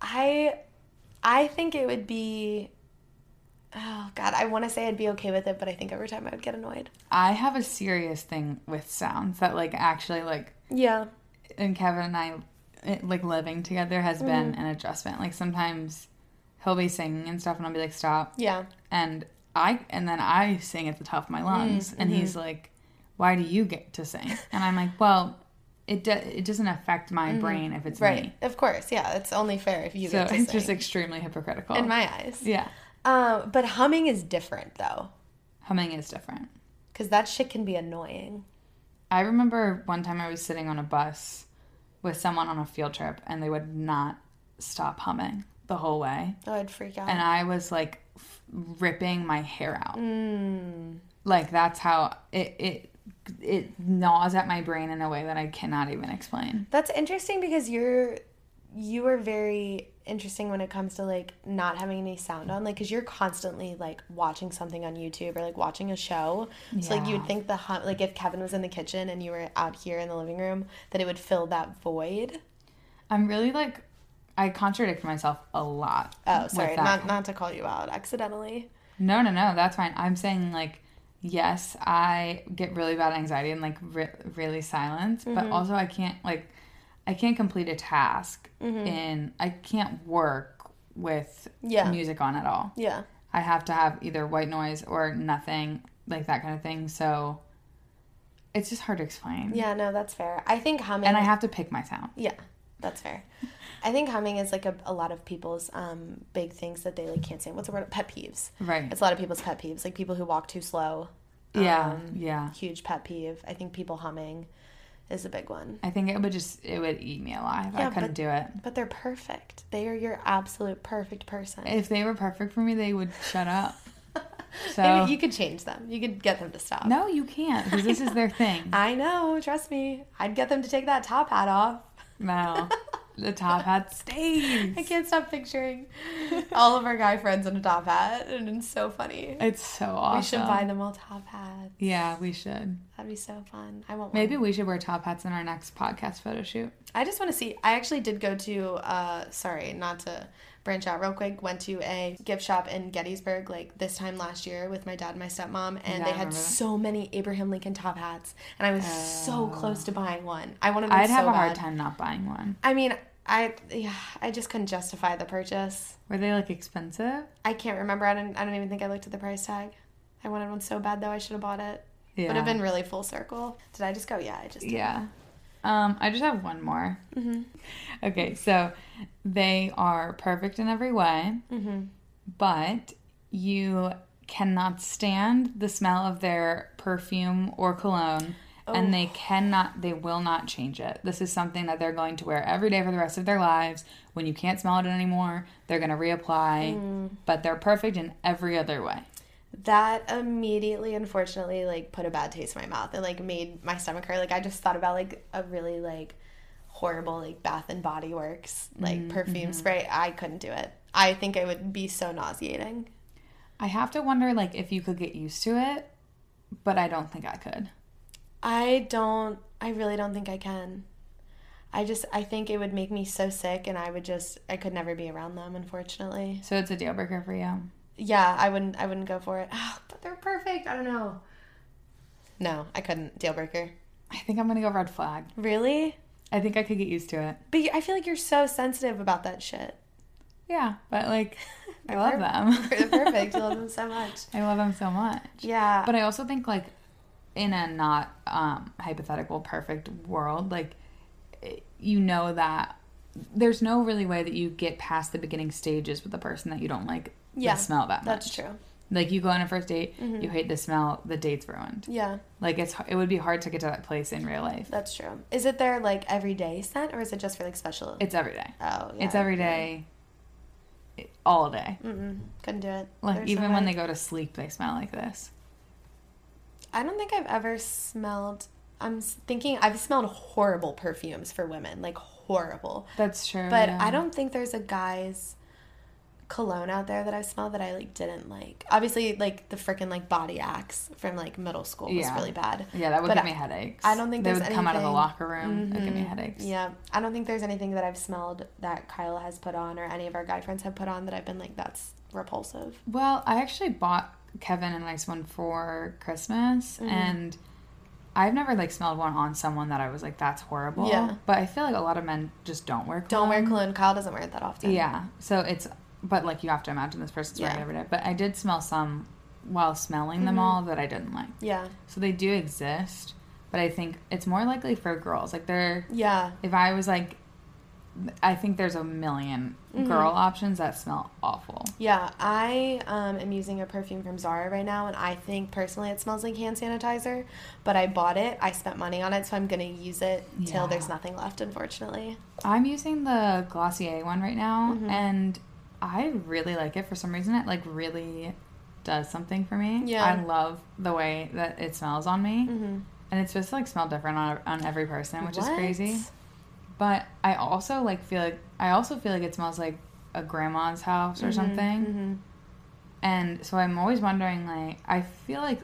B: I I think it would be Oh god, I want to say I'd be okay with it, but I think over time I would get annoyed.
A: I have a serious thing with sounds that like actually like,
B: Yeah.
A: and Kevin and I, it- like living together has been
B: Mm-hmm.
A: an adjustment. Like sometimes he'll be singing and stuff, and I'll be like, stop,
B: Yeah. Mm,
A: and I and then I sing at the top of my lungs, and he's
B: mm-hmm.
A: like, "Why do you get to sing?" And I'm like, "Well, it do, it doesn't affect my brain if it's
B: Mm-hmm. Right.
A: me."
B: Of course. Yeah, it's only fair if you
A: So
B: get to
A: it's
B: sing.
A: just extremely hypocritical.
B: in my eyes.
A: yeah,
B: Um, but humming is different though,
A: humming is different.
B: cuz that shit can be annoying.
A: I remember one time I was sitting on a bus with someone on a field trip and they would not stop humming the whole way.
B: Oh, I'd freak out.
A: And I was like f- ripping my hair out.
B: Mm.
A: Like that's how it it it gnaws at my brain in a way that I cannot even explain.
B: That's interesting because you're you are very interesting when it comes to like not having any sound on like because you're constantly like watching something on youtube or like watching a show so like you'd
A: Yeah.
B: think the hum- like if kevin was in the kitchen and you were out here in the living room that it would fill that void
A: I'm really like I contradict myself a lot.
B: oh
A: with
B: sorry
A: that.
B: not not to call you out accidentally
A: No, no, no. That's fine. I'm saying like, yes, I get really bad anxiety and like re- really silence, but
B: Mm-hmm.
A: also I can't like, I can't complete a task
B: Mm-hmm.
A: and I can't work with
B: Yeah.
A: music on at all.
B: yeah
A: I have to have either white noise or nothing like that kind of thing. So it's just hard to explain.
B: yeah no that's fair i think humming
A: And I have to pick my sound.
B: yeah That's fair. I think humming is like a, a lot of people's um, big things that they like can't stand. What's the word? Pet peeves.
A: Right.
B: It's a lot of people's pet peeves, like people who walk too slow.
A: Yeah. Um, yeah.
B: Huge pet peeve. I think people humming is a big one.
A: I think it would just it would eat me alive. I
B: Yeah,
A: couldn't
B: but-
A: do it.
B: But they're perfect. They are your absolute perfect person.
A: If they were perfect for me, they would shut up. So
B: They would- you could change them. You could get them to stop.
A: no, you can't because this is their thing.
B: I know. Trust me. I'd get them to take that top hat off.
A: No, the top hat stays.
B: I can't stop picturing all of our guy friends in a top hat, and it's so funny.
A: It's so awesome.
B: We should buy them all top hats.
A: Yeah, we should.
B: That'd be so fun. I want one.
A: Maybe we should wear top hats in our next podcast photo shoot.
B: I just want to see. I actually did go to, uh, sorry, not to branch out real quick, went to a gift shop in Gettysburg like this time last year with my dad and my stepmom, and
A: Yeah, I
B: they
A: remember
B: had
A: that.
B: so many Abraham Lincoln top hats, and I was so close to buying one. I wanted them
A: Oh. I'd
B: so
A: have a hard
B: bad.
A: time not buying one.
B: I mean, I yeah, I just couldn't justify the purchase.
A: Were they like expensive?
B: I can't remember. I don't. I don't even think I looked at the price tag. I wanted one so bad though. I should have bought it.
A: Yeah.
B: Would have been really full circle. Did I just go? Yeah, I just.
A: Yeah. Um, I just have one more. Okay, so they are perfect in every way, but you cannot stand the smell of their perfume or cologne, and they cannot, they will not change it. This is something that they're going to wear every day for the rest of their lives. When you can't smell it anymore, they're going to reapply, but they're perfect in every other way.
B: That immediately, unfortunately, like put a bad taste in my mouth. It like made my stomach hurt. Like I just thought about like a really like horrible like Bath and Body Works like perfume spray. I couldn't do it. I think it would be so nauseating.
A: I have to wonder, like, if you could get used to it, but I don't think I could.
B: I don't. I really don't think I can. I just. I think it would make me so sick, and I would just. I could never be around them. Unfortunately.
A: So it's a deal breaker for you.
B: yeah, I wouldn't I wouldn't go for it. Oh, but they're perfect. I don't know. No, I couldn't. Deal breaker.
A: I think I'm gonna go red flag.
B: Really?
A: I think I could get used to it.
B: But you- I feel like you're so sensitive about that shit.
A: Yeah, but like, I love them.
B: They're perfect. you love them so much.
A: I love them so much.
B: Yeah.
A: But I also think like, in a not um, hypothetical perfect world, like, it- you know that there's no really way that you get past the beginning stages with a person that you don't like
B: Yeah,
A: the smell that much.
B: that's Mm-hmm. true.
A: Like you go on a first date, you hate the smell, the date's ruined.
B: Yeah,
A: Like it's it would be hard to get to that place in real life.
B: that's true. Is it their like everyday scent or is it just for like special?
A: It's every day.
B: oh, yeah.
A: It's every day, it- all day.
B: Couldn't do it.
A: Like
B: There's no
A: even when
B: way.
A: they go to sleep, they smell like this.
B: I don't think I've ever smelled I'm s- thinking I've smelled horrible perfumes for women, like horrible.
A: That's true.
B: But I don't think there's a guy's cologne out there that I smelled that I like didn't like. Obviously, like the freaking like body axe from like middle school was
A: Yeah.
B: really bad.
A: Yeah, that would
B: But
A: give
B: I-
A: me headaches.
B: I don't think
A: they
B: there's
A: would come out of the
B: anything-
A: locker room. It'd give me headaches.
B: Yeah, I don't think there's anything that I've smelled that Kyle has put on or any of our guy friends have put on that I've been like that's repulsive.
A: Well, I actually bought Kevin a nice one for Christmas, and I've never like smelled one on someone that I was like, "That's horrible."
B: Yeah.
A: But I feel like a lot of men just don't wear
B: Don't
A: cologne.
B: wear cologne. Kyle doesn't wear it that often.
A: Yeah. So it's, but like you have to imagine this person's wearing
B: Yeah.
A: it every day. But I did smell some while smelling them all that I didn't like.
B: Yeah.
A: So they do exist, but I think it's more likely for girls. Like they're
B: Yeah.
A: if I was like I think there's a 1000000 girl options that smell awful.
B: Yeah, I um, am using a perfume from Zara right now, and I think personally it smells like hand sanitizer. But I bought it, I spent money on it, so I'm gonna use it till
A: Yeah.
B: there's nothing left, unfortunately.
A: I'm using the Glossier one right now
B: Mm-hmm.
A: and I really like it for some reason it like really does something for me.
B: Yeah. Mm-hmm.
A: I love the way that it smells on me. And it's supposed to like smell different on, on every person, which is
B: What?
A: crazy. But I also like feel like I also feel like it smells like a grandma's house or
B: Mm-hmm.
A: something. And so I'm always wondering like I feel like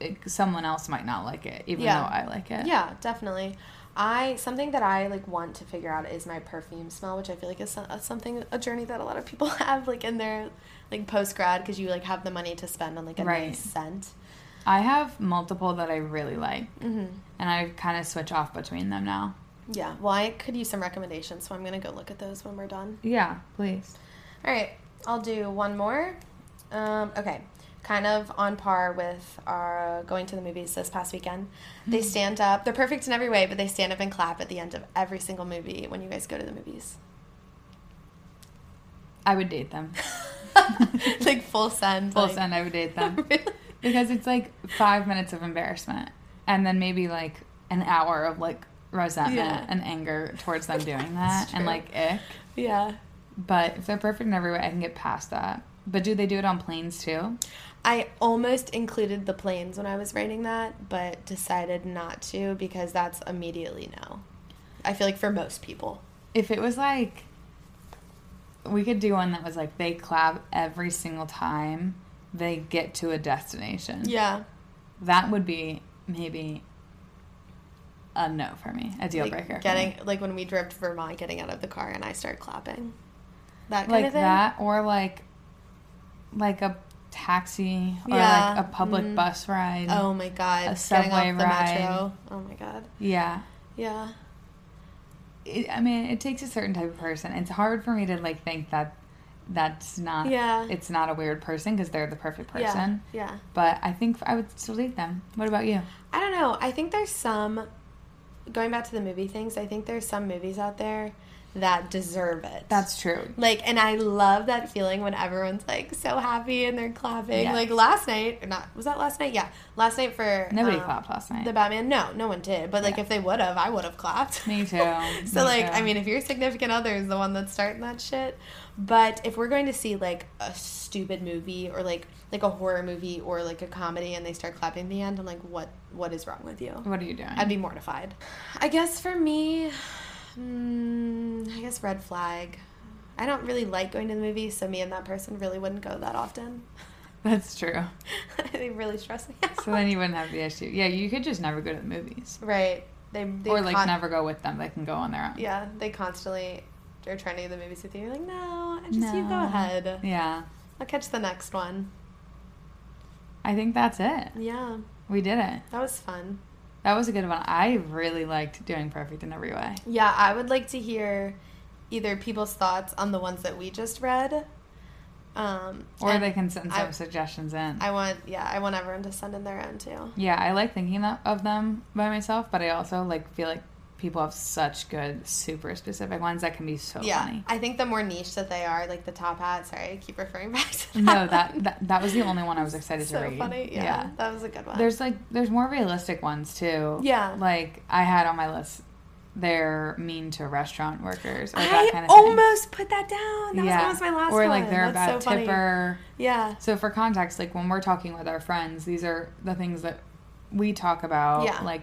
A: it, someone else might not like it even
B: Yeah.
A: though I like it.
B: Yeah, definitely. I something that I like want to figure out is my perfume smell, which I feel like is so- uh, something a journey that a lot of people have like in their like post grad because you like have the money to spend on like a
A: Right.
B: nice scent.
A: I have multiple that I really like.
B: Mm-hmm.
A: And I kind of switch off between them now.
B: Yeah, well, I could use some recommendations, so I'm gonna go look at those when we're done.
A: Yeah, please.
B: All right, I'll do one more. Um, okay, kind of on par with our uh, going to the movies this past weekend. They stand up. They're perfect in every way, but they stand up and clap at the end of every single movie when you guys go to the movies.
A: I would date them.
B: like full send.
A: Full
B: like-
A: send, I would date them.
B: Really?
A: because it's like five minutes of embarrassment and then maybe like an hour of like resentment
B: Yeah.
A: and anger towards them doing that and
B: true.
A: like ick.
B: Yeah.
A: But if they're perfect in every way, I can get past that. But do they do it on planes too?
B: I almost included the planes when I was writing that, but decided not to because that's immediately no. I feel like for most people.
A: If it was like, we could do one that was like they clap every single time they get to a destination.
B: Yeah.
A: That would be maybe a no for me, a deal breaker.
B: Like
A: for me.
B: getting like when we drove to Vermont, getting out of the car and I start clapping. That kind
A: like
B: of thing.
A: that or like like a taxi or
B: Yeah. Mm-hmm.
A: like a public bus ride
B: Oh my god.
A: A
B: getting off
A: subway
B: the
A: ride.
B: metro. Oh my god.
A: yeah
B: Yeah.
A: it, i mean it takes a certain type of person it's hard for me to like think that that's not
B: Yeah.
A: it's not a weird person because they're the perfect person
B: Yeah. Yeah.
A: but i think i would still date them what about you
B: I don't know. I think there's some going back to the movie things, I think there's some movies out there that deserve it.
A: that's true
B: Like, and I love that feeling when everyone's like so happy and they're clapping.
A: Yeah.
B: Like last night, or not, was that last night? Yeah. Last night for.
A: nobody
B: um,
A: clapped last night
B: The Batman? No, no one did. But like if they would have, I would have clapped.
A: me too
B: So
A: Me
B: like,
A: too.
B: I mean, if your significant other is the one that's starting that shit, but if we're going to see like a stupid movie or like like a horror movie or like a comedy and they start clapping at the end, I'm like, what what is wrong with you?
A: what are you doing
B: I'd be mortified. I guess for me, mm, I guess red flag. I don't really like going to the movies, so me and that person really wouldn't go that often.
A: that's true
B: they really stress me out.
A: so then you wouldn't have the issue yeah you could just never go to the movies
B: right. They, they
A: or like
B: con-
A: never go with them they can go on their own
B: Yeah, they constantly are trying to do the movies with you. You're like, no, just you go
A: No.
B: ahead.
A: yeah
B: I'll catch the next one.
A: I think that's it.
B: Yeah,
A: We did it.
B: that was fun.
A: That was a good one. I really liked doing perfect in every way.
B: Yeah, I would like to hear either people's thoughts on the ones that we just read. Um,
A: Or
B: and
A: they can send some
B: I-
A: suggestions in.
B: I want, yeah, I want everyone to send in their own too.
A: yeah, I like thinking tho- of them by myself, but I also like feel like people have such good, super specific ones that can be so
B: yeah,
A: funny.
B: I think the more niche that they are, like the top hat. Sorry, I keep referring back to that.
A: No, that, that that was the only one I was excited
B: so
A: to read.
B: funny. Yeah, that was a good one.
A: There's like there's more realistic ones too.
B: Yeah.
A: Like I had on my list they're mean to restaurant workers or
B: I
A: that kind of thing.
B: almost put that down. That
A: yeah.
B: was almost my last
A: or
B: one.
A: like they're a
B: That's
A: bad
B: so funny.
A: tipper.
B: Yeah.
A: So for context, like when we're talking with our friends, these are the things that we talk about.
B: Yeah.
A: Like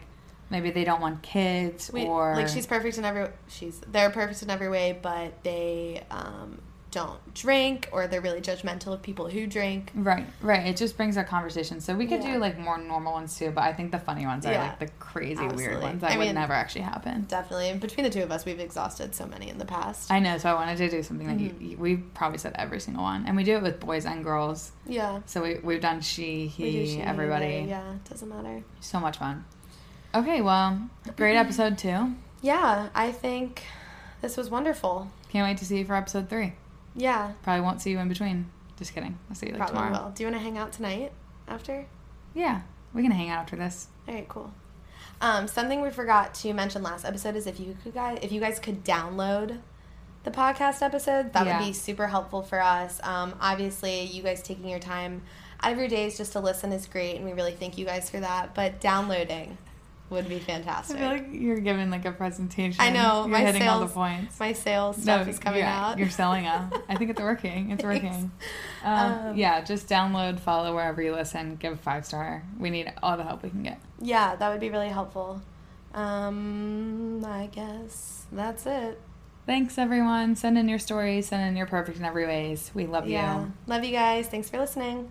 A: maybe they don't want kids
B: We,
A: or
B: like she's perfect in every she's they're perfect in every way, but they um, don't drink or they're really judgmental of people who drink.
A: Right, right. It just brings our conversation. So we could
B: Yeah.
A: do like more normal ones too, but I think the funny ones are
B: Yeah.
A: like the crazy weird
B: Absolutely.
A: ones that
B: I
A: would
B: mean-
A: never actually happen.
B: Definitely. And between the two of us, we've exhausted so many in the past.
A: I know, so I wanted to do something that
B: Mm-hmm.
A: you, you- we've probably said every single one, and we do it with boys and girls.
B: yeah.
A: So we we've done she, he,
B: We do shit
A: everybody.
B: anyway. Yeah, doesn't matter.
A: So much fun. Okay, well, great
B: Mm-hmm.
A: episode two.
B: Yeah, I think this was wonderful.
A: Can't wait to see you for episode three.
B: Yeah,
A: Probably won't see you in between. Just kidding. I'll see you like
B: probably
A: tomorrow.
B: will. Do you want to hang out tonight after?
A: Yeah, we can hang out after this.
B: All right, cool. Um, something we forgot to mention last episode is if you could guys if you guys could download the podcast episode, that
A: Yeah.
B: would be super helpful for us. Um, obviously, you guys taking your time out of your days just to listen is great, and we really thank you guys for that. But downloading would be fantastic.
A: I feel like you're giving like a presentation.
B: I know,
A: you're
B: my
A: hitting all the
B: sales-
A: points.
B: My sales stuff
A: No,
B: is coming
A: yeah,
B: out.
A: You're selling out. I think it's working. It's
B: Thanks.
A: working. Um,
B: Um,
A: yeah, just download, follow wherever you listen. Give five star. We need all the help we can get.
B: yeah, that would be really helpful. Um, I guess that's it.
A: Thanks everyone. Send in your stories. Send in your perfect in every ways. We love
B: Yeah.
A: you.
B: Love you guys. Thanks for listening.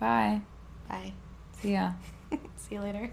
A: Bye.
B: Bye.
A: See ya.
B: See you later.